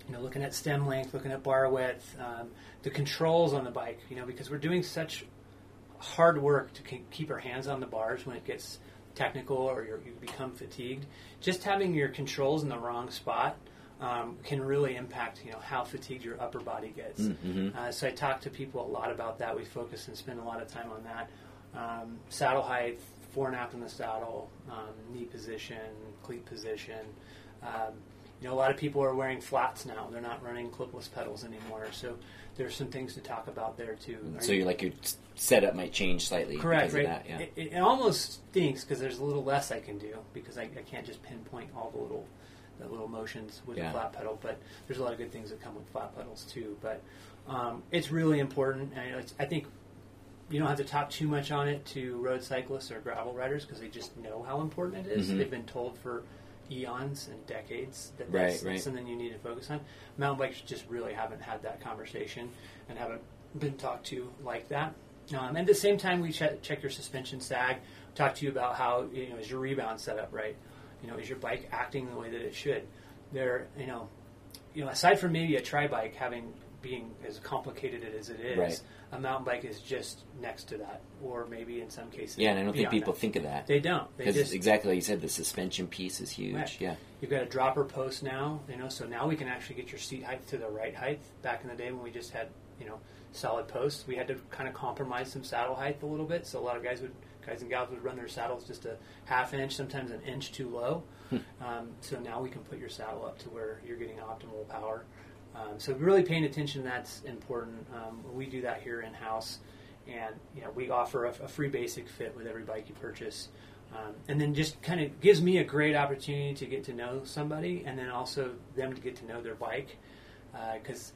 Speaker 3: you know, looking at stem length, looking at bar width, um, the controls on the bike. You know, because we're doing such hard work to ke- keep our hands on the bars when it gets technical or you're, you become fatigued. Just having your controls in the wrong spot um, can really impact you know how fatigued your upper body gets. Uh, so I talk to people a lot about that. We focus and spend a lot of time on that. Um, saddle height, fore and aft on the saddle, um, knee position, cleat position. Um, you know, a lot of people are wearing flats now. They're not running clipless pedals anymore. So there's some things to talk about there too. Are
Speaker 1: So
Speaker 3: you-
Speaker 1: you're like your s- setup might change slightly
Speaker 3: Correct,
Speaker 1: because
Speaker 3: right?
Speaker 1: of that. Yeah.
Speaker 3: it, it it almost stinks because there's a little less I can do because I, I can't just pinpoint all the little the little motions with
Speaker 1: Yeah.
Speaker 3: the flat pedal. But there's a lot of good things that come with flat pedals too. But um, it's really important, and it's, I think you don't have to talk too much on it to road cyclists or gravel riders because they just know how important it is.
Speaker 1: Mhm.
Speaker 3: They've been told for eons and decades that
Speaker 1: Right,
Speaker 3: that's,
Speaker 1: right.
Speaker 3: something you need to focus on. Mountain bikes just really haven't had that conversation and haven't been talked to like that. Um, and at the same time, we check, check your suspension sag, talk to you about how you know is your rebound set up right. You know, is your bike acting the way that it should? There, you know, you know, aside from maybe a tri bike having being as complicated as it is,
Speaker 1: Right.
Speaker 3: a mountain bike is just next to that, or maybe in some cases,
Speaker 1: yeah, and I don't think
Speaker 3: beyond
Speaker 1: people
Speaker 3: that.
Speaker 1: think of that.
Speaker 3: they don't. They
Speaker 1: Because
Speaker 3: just
Speaker 1: exactly like you said, the suspension piece is huge.
Speaker 3: Right.
Speaker 1: Yeah.
Speaker 3: You've got a dropper post now, you know, so now we can actually get your seat height to the right height. Back in the day when we just had, you know, solid posts, we had to kind of compromise some saddle height a little bit. So a lot of guys would, guys and gals would run their saddles just a half inch, sometimes an inch too low.
Speaker 1: Hmm.
Speaker 3: um, so now we can put your saddle up to where you're getting optimal power. Um, so really paying attention that's important. Um, we do that here in house, and you know we offer a, a free basic fit with every bike you purchase, um, and then just kind of gives me a great opportunity to get to know somebody, and then also them to get to know their bike, because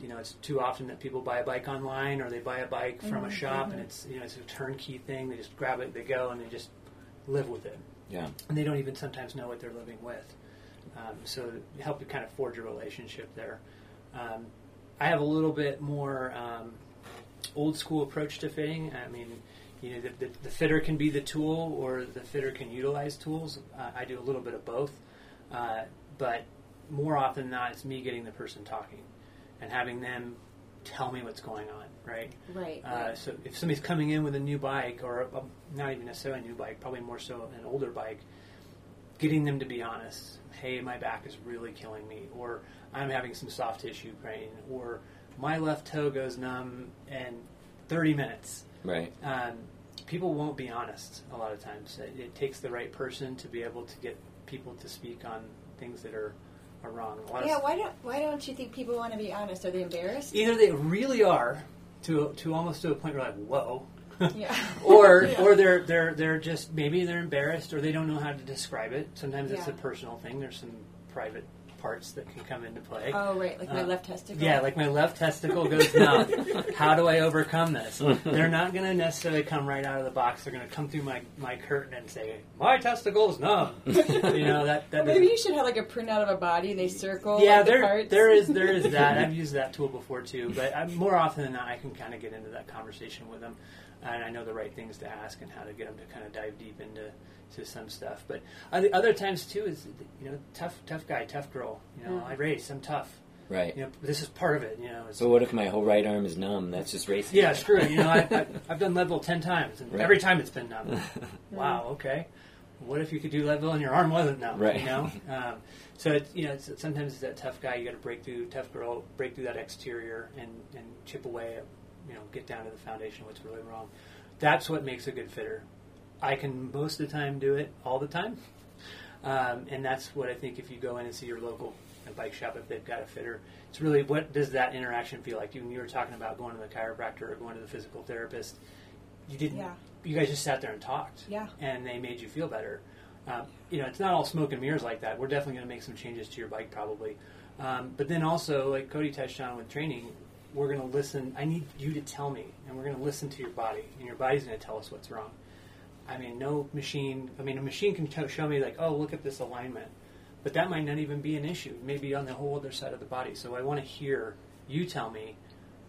Speaker 3: you know it's too often that people buy a bike online or they buy a bike from a shop, and it's you know it's a turnkey thing. They just grab it, they go, and they just live with it
Speaker 1: Yeah.
Speaker 3: and they don't even sometimes know what they're living with. Um, so it help you kind of forge a relationship there. Um, I have a little bit more um, old school approach to fitting. I mean, you know, the, the, the fitter can be the tool, or the fitter can utilize tools. Uh, I do a little bit of both, uh, but more often than not, it's me getting the person talking and having them tell me what's going on. Right.
Speaker 2: Right.
Speaker 3: Uh, so if somebody's coming in with a new bike, or a, not even necessarily a new bike, probably more so an older bike, getting them to be honest. Hey, my back is really killing me, or I'm having some soft tissue pain, or my left toe goes numb in 30 minutes.
Speaker 1: Right.
Speaker 3: Um, people won't be honest a lot of times. It, it takes the right person to be able to get people to speak on things that are, are wrong. A lot of
Speaker 2: yeah. Why don't Why don't you think people want to be honest? Are they embarrassed?
Speaker 3: either they really are to to almost to a point where like whoa
Speaker 2: Yeah.
Speaker 3: [LAUGHS] or
Speaker 2: [LAUGHS] Yeah.
Speaker 3: or they're they're they're just maybe they're embarrassed or they don't know how to describe it sometimes it's
Speaker 2: Yeah.
Speaker 3: a personal thing there's some private parts that can come into play.
Speaker 2: Oh, right, like my
Speaker 3: Uh,
Speaker 2: left testicle.
Speaker 3: Yeah, like my left testicle goes numb. How do I overcome this? They're not going to necessarily come right out of the box. They're going to come through my, my curtain and say, "My testicle's
Speaker 2: [LAUGHS]
Speaker 3: numb." you know that that
Speaker 2: Maybe
Speaker 3: doesn't-
Speaker 2: you should have like a printout of a body. They circle.
Speaker 3: yeah,
Speaker 2: like, the
Speaker 3: there
Speaker 2: parts.
Speaker 3: there is there
Speaker 2: [LAUGHS]
Speaker 3: is that. I've used that tool before too, but i more often than not, I can kind of get into that conversation with them, and I know the right things to ask and how to get them to kind of dive deep into to some stuff. But other, other times too is you know tough tough guy tough girl. You
Speaker 2: Mm-hmm.
Speaker 3: know I race. I'm tough.
Speaker 1: Right.
Speaker 3: You know this is part of it. You know. It's,
Speaker 1: So what if my whole right arm is numb? That's just racing.
Speaker 3: yeah, screw it. You know, I, I,
Speaker 1: [LAUGHS]
Speaker 3: I've done Leadville ten times, and
Speaker 1: Right.
Speaker 3: every time it's
Speaker 1: [LAUGHS]
Speaker 3: been numb. wow, okay. What if you could do Leadville and your arm wasn't numb?
Speaker 1: Right. [LAUGHS]
Speaker 3: You know, um, so it's you know it's, sometimes it's that tough guy you got to break through, tough girl, break through that exterior and and chip away. At, you know, get down to the foundation of what's really wrong. That's what makes a good fitter. I can most of the time do it all the time, um, and that's what I think. If you go in and see your local uh, bike shop, if they've got a fitter, it's really what does that interaction feel like? You, you were talking about going to the chiropractor or going to the physical therapist. You didn't.
Speaker 2: Yeah.
Speaker 3: You guys just sat there and talked.
Speaker 2: Yeah.
Speaker 3: And they made you feel better. Um, you know, it's not all smoke and mirrors like that. We're definitely going to make some changes to your bike probably, um, but then also like Cody touched on with training, we're going to listen. I need you to tell me, and we're going to listen to your body, and your body's going to tell us what's wrong. I mean, no machine. I mean, a machine can t- show me like, oh, look at this alignment, but that might not even be an issue. Maybe on the whole other side of the body. So I want to hear you tell me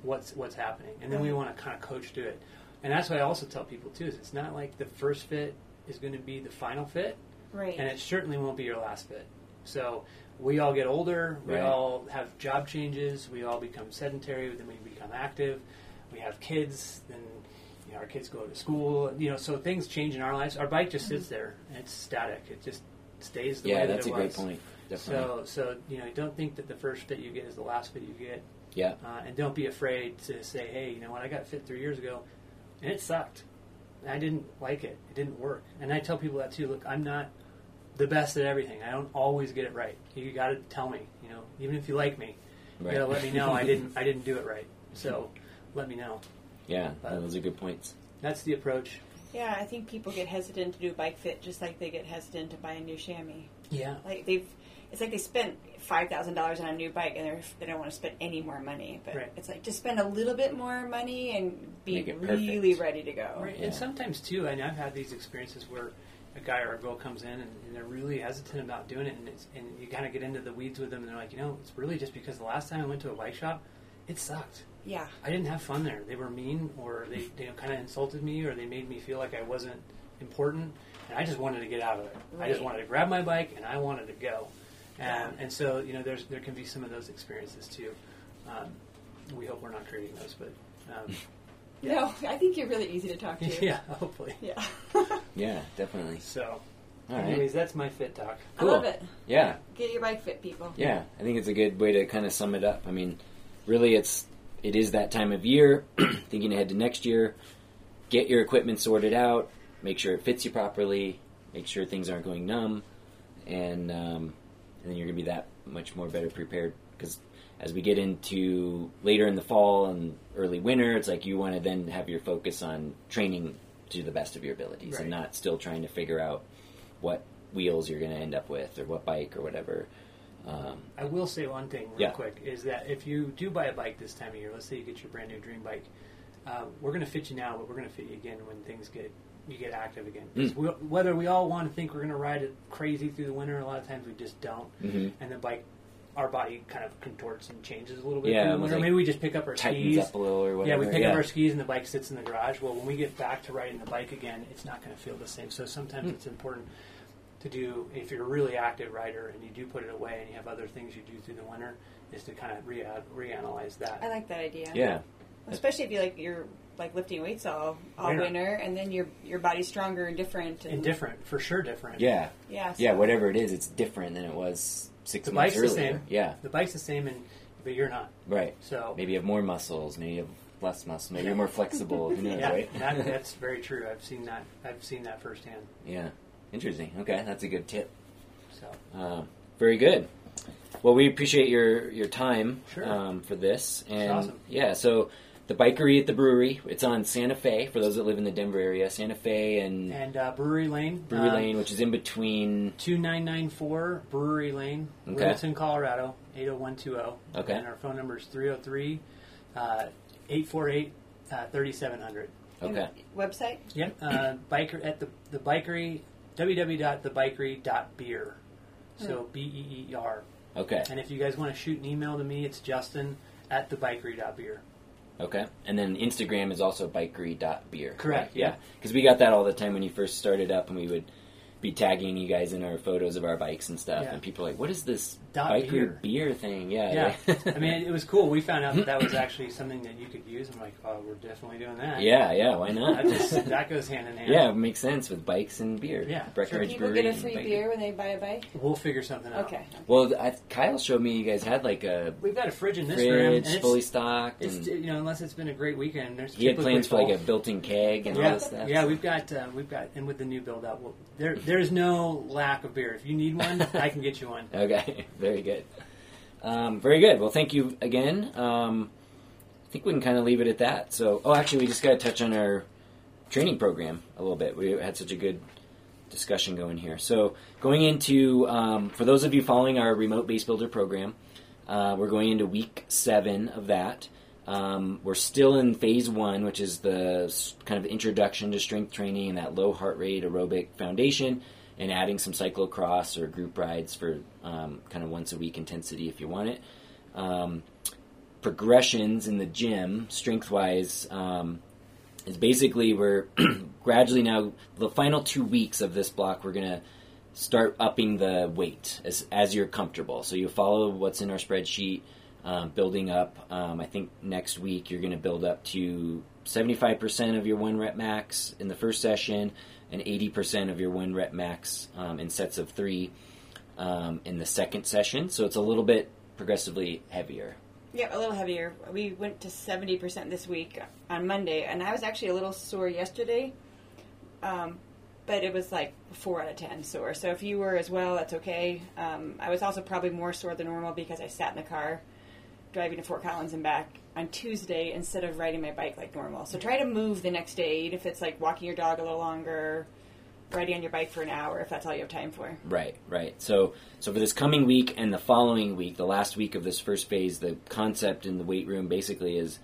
Speaker 3: what's what's happening, and then we want to kind of coach through it. And that's what I also tell people too. Is it's not like the first fit is going to be the final fit,
Speaker 2: right.
Speaker 3: and it certainly won't be your last fit. So we all get older. We
Speaker 1: Right.
Speaker 3: all have job changes. We all become sedentary. Then we become active. We have kids. Then you know, our kids go to school. You know, so things change in our lives. Our bike just sits there. And it's static. It just stays the
Speaker 1: Mm-hmm. Yeah,
Speaker 3: way
Speaker 1: that's
Speaker 3: that
Speaker 1: a
Speaker 3: it
Speaker 1: great
Speaker 3: was.
Speaker 1: point. Definitely.
Speaker 3: So, so you know, don't think that the first fit you get is the last fit you get,
Speaker 1: yeah.
Speaker 3: uh, and don't be afraid to say, "Hey, you know what? I got fit three years ago, and it sucked. I didn't like it. It didn't work." And I tell people that too. Look, I'm not the best at everything. I don't always get it right. You got to tell me. You know, even if you like me,
Speaker 1: Right.
Speaker 3: you got to let me know I didn't. I didn't do it right. So, let me know.
Speaker 1: Yeah.
Speaker 3: But-
Speaker 1: those are good points.
Speaker 3: That's the approach.
Speaker 2: yeah, I think people get hesitant to do bike fit just like they get hesitant to buy a new chamois.
Speaker 3: Yeah.
Speaker 2: Like they've, it's like they spent five thousand dollars on a new bike and they're, they don't want to spend any more money. But
Speaker 3: Right.
Speaker 2: it's like just spend a little bit more money and be
Speaker 1: Make it
Speaker 2: really
Speaker 1: perfect.
Speaker 2: ready to go.
Speaker 3: Right.
Speaker 1: Yeah.
Speaker 3: And sometimes too, and I've had these experiences where a guy or a girl comes in and, and they're really hesitant about doing it, and it's, and you kind of get into the weeds with them, and they're like, you know, it's really just because the last time I went to a bike shop, it sucked.
Speaker 2: Yeah.
Speaker 3: I didn't have fun there. They were mean, or they, they kind of insulted me, or they made me feel like I wasn't important, and I just wanted to get out of it. I just
Speaker 2: Right.
Speaker 3: wanted to grab my bike and I wanted to go. Um,
Speaker 2: Yeah.
Speaker 3: And so, you know, there's there can be some of those experiences too. Um, we hope we're not creating those, but um,
Speaker 2: No, I think you're really easy to talk to.
Speaker 3: [LAUGHS] yeah, hopefully.
Speaker 2: Yeah. [LAUGHS]
Speaker 1: Yeah, definitely.
Speaker 3: So.
Speaker 1: All right.
Speaker 3: Anyways, that's my fit talk.
Speaker 2: I love it.
Speaker 1: Yeah.
Speaker 2: Get your bike fit, people.
Speaker 1: Yeah, I think it's a good way to kind of sum it up. I mean, really, it's it is that time of year. [CLEARS THROAT] thinking ahead to next year, get your equipment sorted out, make sure it fits you properly, make sure things aren't going numb, and um, and then you're gonna be that much more better prepared. Because as we get into later in the fall and early winter, it's like you want to then have your focus on training to the best of your abilities and
Speaker 3: Right.
Speaker 1: not still trying to figure out what wheels you're going to end up with or what bike or whatever. Um,
Speaker 3: I will say one thing real
Speaker 1: Yeah.
Speaker 3: quick is that if you do buy a bike this time of year, let's say you get your brand new dream bike, uh, we're going to fit you now, but we're going to fit you again when things get you get active again. 'Cause
Speaker 1: Mm.
Speaker 3: we- whether we all want to think we're going to ride it crazy through the winter, a lot of times we just don't,
Speaker 1: Mhm.
Speaker 3: and the bike, our body kind of contorts and changes a little bit
Speaker 1: Yeah,
Speaker 3: through the
Speaker 1: almost
Speaker 3: winter.
Speaker 1: like
Speaker 3: Maybe we just pick up our
Speaker 1: tightens
Speaker 3: skis.
Speaker 1: up a little or whatever.
Speaker 3: Yeah, we pick up our skis and the bike sits in the garage. Well, when we get back to riding the bike again, it's not going to feel the same. So sometimes
Speaker 1: Hmm.
Speaker 3: it's important to do if you're a really active rider and you do put it away and you have other things you do through the winter is to kind of re- reanalyze
Speaker 2: I
Speaker 3: that.
Speaker 2: like that idea.
Speaker 1: Yeah,
Speaker 2: Especially if you like you're like lifting weights all all
Speaker 3: Winter.
Speaker 2: winter, and then your your body's stronger and different. And,
Speaker 3: And different, for sure, different.
Speaker 1: yeah,
Speaker 2: Yeah. so-
Speaker 1: yeah. Whatever it is, it's different than it was six
Speaker 3: the
Speaker 1: months
Speaker 3: bike's
Speaker 1: earlier.
Speaker 3: the same.
Speaker 1: Yeah,
Speaker 3: the bike's the same, and but you're not.
Speaker 1: right.
Speaker 3: So
Speaker 1: Maybe you have more muscles. Maybe you have less muscle. Maybe you're more flexible.
Speaker 3: [LAUGHS]
Speaker 1: Who knows,
Speaker 3: yeah,
Speaker 1: right? [LAUGHS]
Speaker 3: that, that's very true. I've seen that. I've seen that firsthand.
Speaker 1: yeah, interesting. Okay, that's a good tip.
Speaker 3: So
Speaker 1: Um, very good. Well, we appreciate your your time
Speaker 3: Sure.
Speaker 1: um, for this, and
Speaker 3: awesome.
Speaker 1: yeah, so the Bikery at the Brewery. It's on Santa Fe for those that live in the Denver area. Santa Fe and
Speaker 3: and uh, Brewery Lane. um,
Speaker 1: Brewery Lane, which is in between.
Speaker 3: Two nine nine four Brewery Lane,
Speaker 1: Okay.
Speaker 3: Littleton, Colorado eight zero one two zero.
Speaker 1: Okay.
Speaker 3: And our phone number is 303 uh, 848 3700.
Speaker 1: Okay.
Speaker 2: Website?
Speaker 3: Yep.
Speaker 1: [CLEARS THROAT]
Speaker 3: Uh, biker at the the bikery www.thebikery.beer. So
Speaker 1: Hmm.
Speaker 3: B E E R.
Speaker 1: Okay.
Speaker 3: And if you guys want to shoot an email to me, it's Justin at thebikery.beer.
Speaker 1: Okay. And then Instagram is also bikery.beer.
Speaker 3: Correct,
Speaker 1: Yeah.
Speaker 3: yeah.
Speaker 1: Because we got that all the time when you first started up, and we would be tagging you guys in our photos of our bikes and stuff.
Speaker 3: Yeah.
Speaker 1: And people are like, what is this
Speaker 3: Dot
Speaker 1: bikery beer.
Speaker 3: beer."
Speaker 1: thing? Yeah.
Speaker 3: Yeah.
Speaker 1: [LAUGHS]
Speaker 3: I mean, it was cool. We found out that
Speaker 1: [CLEARS THROAT]
Speaker 3: that was actually something that you could use. I'm like, oh, we're definitely doing that.
Speaker 1: yeah, yeah. Why
Speaker 3: That,
Speaker 1: not?
Speaker 3: just, that goes hand in hand.
Speaker 1: [LAUGHS] yeah, it makes sense with bikes and beer.
Speaker 3: Yeah.
Speaker 1: Breckenridge
Speaker 2: People
Speaker 1: Brewery
Speaker 2: get a
Speaker 1: and
Speaker 2: free
Speaker 1: bike-
Speaker 2: beer when they buy a bike?
Speaker 3: We'll figure something out.
Speaker 2: Okay.
Speaker 1: Well, I, Kyle showed me you guys had like a
Speaker 3: We've got a fridge in this room. And
Speaker 1: fridge
Speaker 3: it's,
Speaker 1: fully stocked,
Speaker 3: it's,
Speaker 1: and
Speaker 3: you know, unless it's been a great weekend, there's
Speaker 1: he had
Speaker 3: typically
Speaker 1: plans for like
Speaker 3: full.
Speaker 1: a built-in keg and all
Speaker 3: Yeah,
Speaker 1: this stuff.
Speaker 3: yeah, we've got uh, we've got, and with the new build out, we'll, there there's no lack of beer. If you need one, I can get
Speaker 1: [LAUGHS]
Speaker 3: you one.
Speaker 1: Okay, very good. Um, very good. Well, thank you again. Um, I think we can kind of leave it at that. So, oh, actually, we just got to touch on our training program a little bit. We had such a good discussion going here. So, going into um, for those of you following our remote base builder program, uh, we're going into week seven of that. Um, we're still in phase one, which is the s- kind of introduction to strength training and that low heart rate aerobic foundation, and adding some cyclocross or group rides for um, kind of once a week intensity if you want it. Um, progressions in the gym, strength wise, um, is basically we're [CLEARS THROAT] gradually now the final two weeks of this block we're gonna start upping the weight as as you're comfortable. So you follow what's in our spreadsheet, um, building up. Um, I think next week you're gonna build up to 75% of your one rep max in the first session, and 80% of your one rep max um, in sets of three um, in the second session. So it's a little bit progressively heavier.
Speaker 2: Yeah, a little heavier. We went to 70% this week on Monday, and I was actually a little sore yesterday, um, but it was like 4 out of 10 sore. So if you were as well, that's okay. Um, I was also probably more sore than normal because I sat in the car driving to Fort Collins and back on Tuesday instead of riding my bike like normal. So try to move the next day, even if it's like walking your dog a little longer, riding on your bike for an hour, if that's all you have time for.
Speaker 1: Right, right. So, so for this coming week and the following week, the last week of this first phase, the concept in the weight room basically is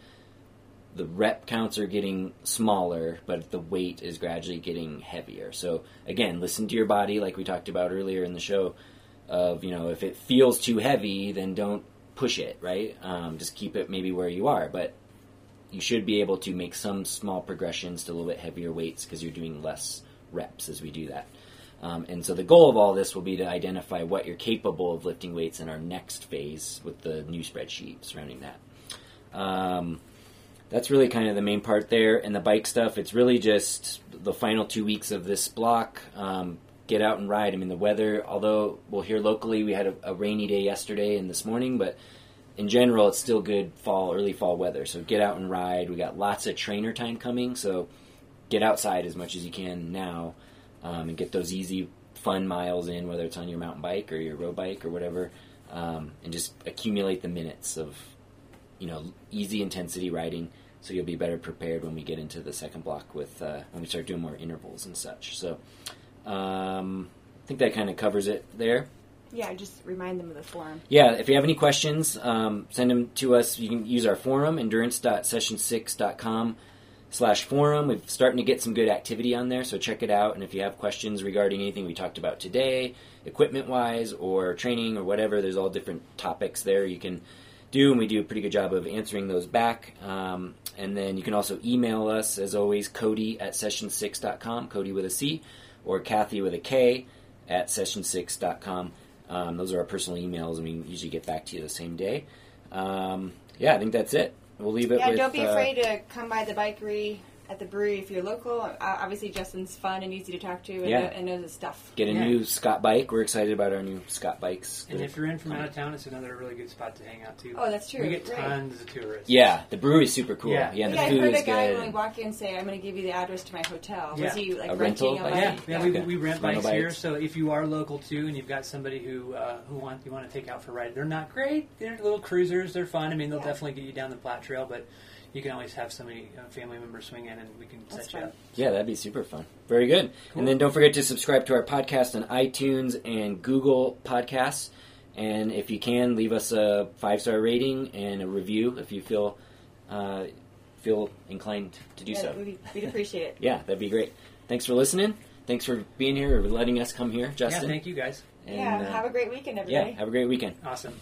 Speaker 1: the rep counts are getting smaller, but the weight is gradually getting heavier. So, again, listen to your body, like we talked about earlier in the show. Of you know, if it feels too heavy, then don't push it. Right, um, just keep it maybe where you are, but you should be able to make some small progressions to a little bit heavier weights because you're doing less reps as we do that. Um, and so the goal of all this will be to identify what you're capable of lifting weights in our next phase with the new spreadsheet surrounding that. Um, that's really kind of the main part there. And the bike stuff, it's really just the final two weeks of this block. Um, get out and ride. I mean, the weather, although, well, here locally, we had a, a rainy day yesterday and this morning, but in general, it's still good fall, early fall weather. So get out and ride. We got lots of trainer time coming, so get outside as much as you can now um, and get those easy, fun miles in, whether it's on your mountain bike or your road bike or whatever, um, and just accumulate the minutes of you know easy intensity riding. So you'll be better prepared when we get into the second block with uh, when we start doing more intervals and such. So um, I think that kind of covers it there.
Speaker 2: Yeah, just remind them of the form.
Speaker 1: Yeah, if you have any questions, um, send them to us. You can use our forum, endurance.session6.com slash forum. We're starting to get some good activity on there, so check it out. And if you have questions regarding anything we talked about today, equipment-wise or training or whatever, there's all different topics there you can do, and we do a pretty good job of answering those back. Um, and then you can also email us, as always, cody at session6.com, cody with a C, or Kathy with a K at session6.com. Um, those are our personal emails, and we usually get back to you the same day. Um, yeah, I think that's it. We'll leave it
Speaker 2: Yeah,
Speaker 1: with.
Speaker 2: don't be
Speaker 1: uh,
Speaker 2: afraid to come by the bikery at the brewery if you're local. Uh, obviously, Justin's fun and easy to talk to, and,
Speaker 1: Yeah.
Speaker 2: know- and knows his stuff.
Speaker 1: Get a
Speaker 3: Yeah.
Speaker 1: new Scott bike. We're excited about our new Scott bikes.
Speaker 3: And if you're in from out of town, it's another really good spot to hang out too.
Speaker 2: Oh, that's true,
Speaker 3: We get
Speaker 2: right.
Speaker 3: tons of tourists.
Speaker 1: yeah, the brewery's super cool. Yeah,
Speaker 3: Yeah.
Speaker 1: and the
Speaker 2: yeah, I
Speaker 1: food
Speaker 2: heard
Speaker 1: is
Speaker 2: a guy
Speaker 1: good.
Speaker 2: when I walk in say, "I'm going to give you the address to my hotel."
Speaker 3: Yeah.
Speaker 2: Was he like
Speaker 1: A rental
Speaker 2: renting a
Speaker 1: bike?
Speaker 2: bike?
Speaker 3: Yeah, yeah, we,
Speaker 1: Okay.
Speaker 3: we rent
Speaker 1: Rental
Speaker 3: bikes here.
Speaker 1: bikes.
Speaker 3: So if you are local too, and you've got somebody who uh, who want you want to take out for a ride, they're not great. They're little cruisers. They're fun. I mean, they'll
Speaker 2: Yeah.
Speaker 3: definitely get you down the Platte Trail, but you can always have somebody, a family member, swing in, and we can
Speaker 2: That's
Speaker 3: set
Speaker 2: fun.
Speaker 3: you up.
Speaker 1: Yeah, that'd be super fun. Very good.
Speaker 3: Cool.
Speaker 1: And then don't forget to subscribe to our podcast on iTunes and Google Podcasts. And if you can, leave us a five star rating and a review if you feel uh, feel inclined to do
Speaker 2: Yeah,
Speaker 1: so.
Speaker 2: we'd, we'd appreciate it.
Speaker 1: Yeah, that'd be great. Thanks for listening. Thanks for being here or letting us come here, Justin.
Speaker 3: Yeah, thank you guys.
Speaker 1: And,
Speaker 2: yeah,
Speaker 1: uh,
Speaker 2: have a great weekend, everybody.
Speaker 1: yeah, have a great weekend.
Speaker 3: Awesome.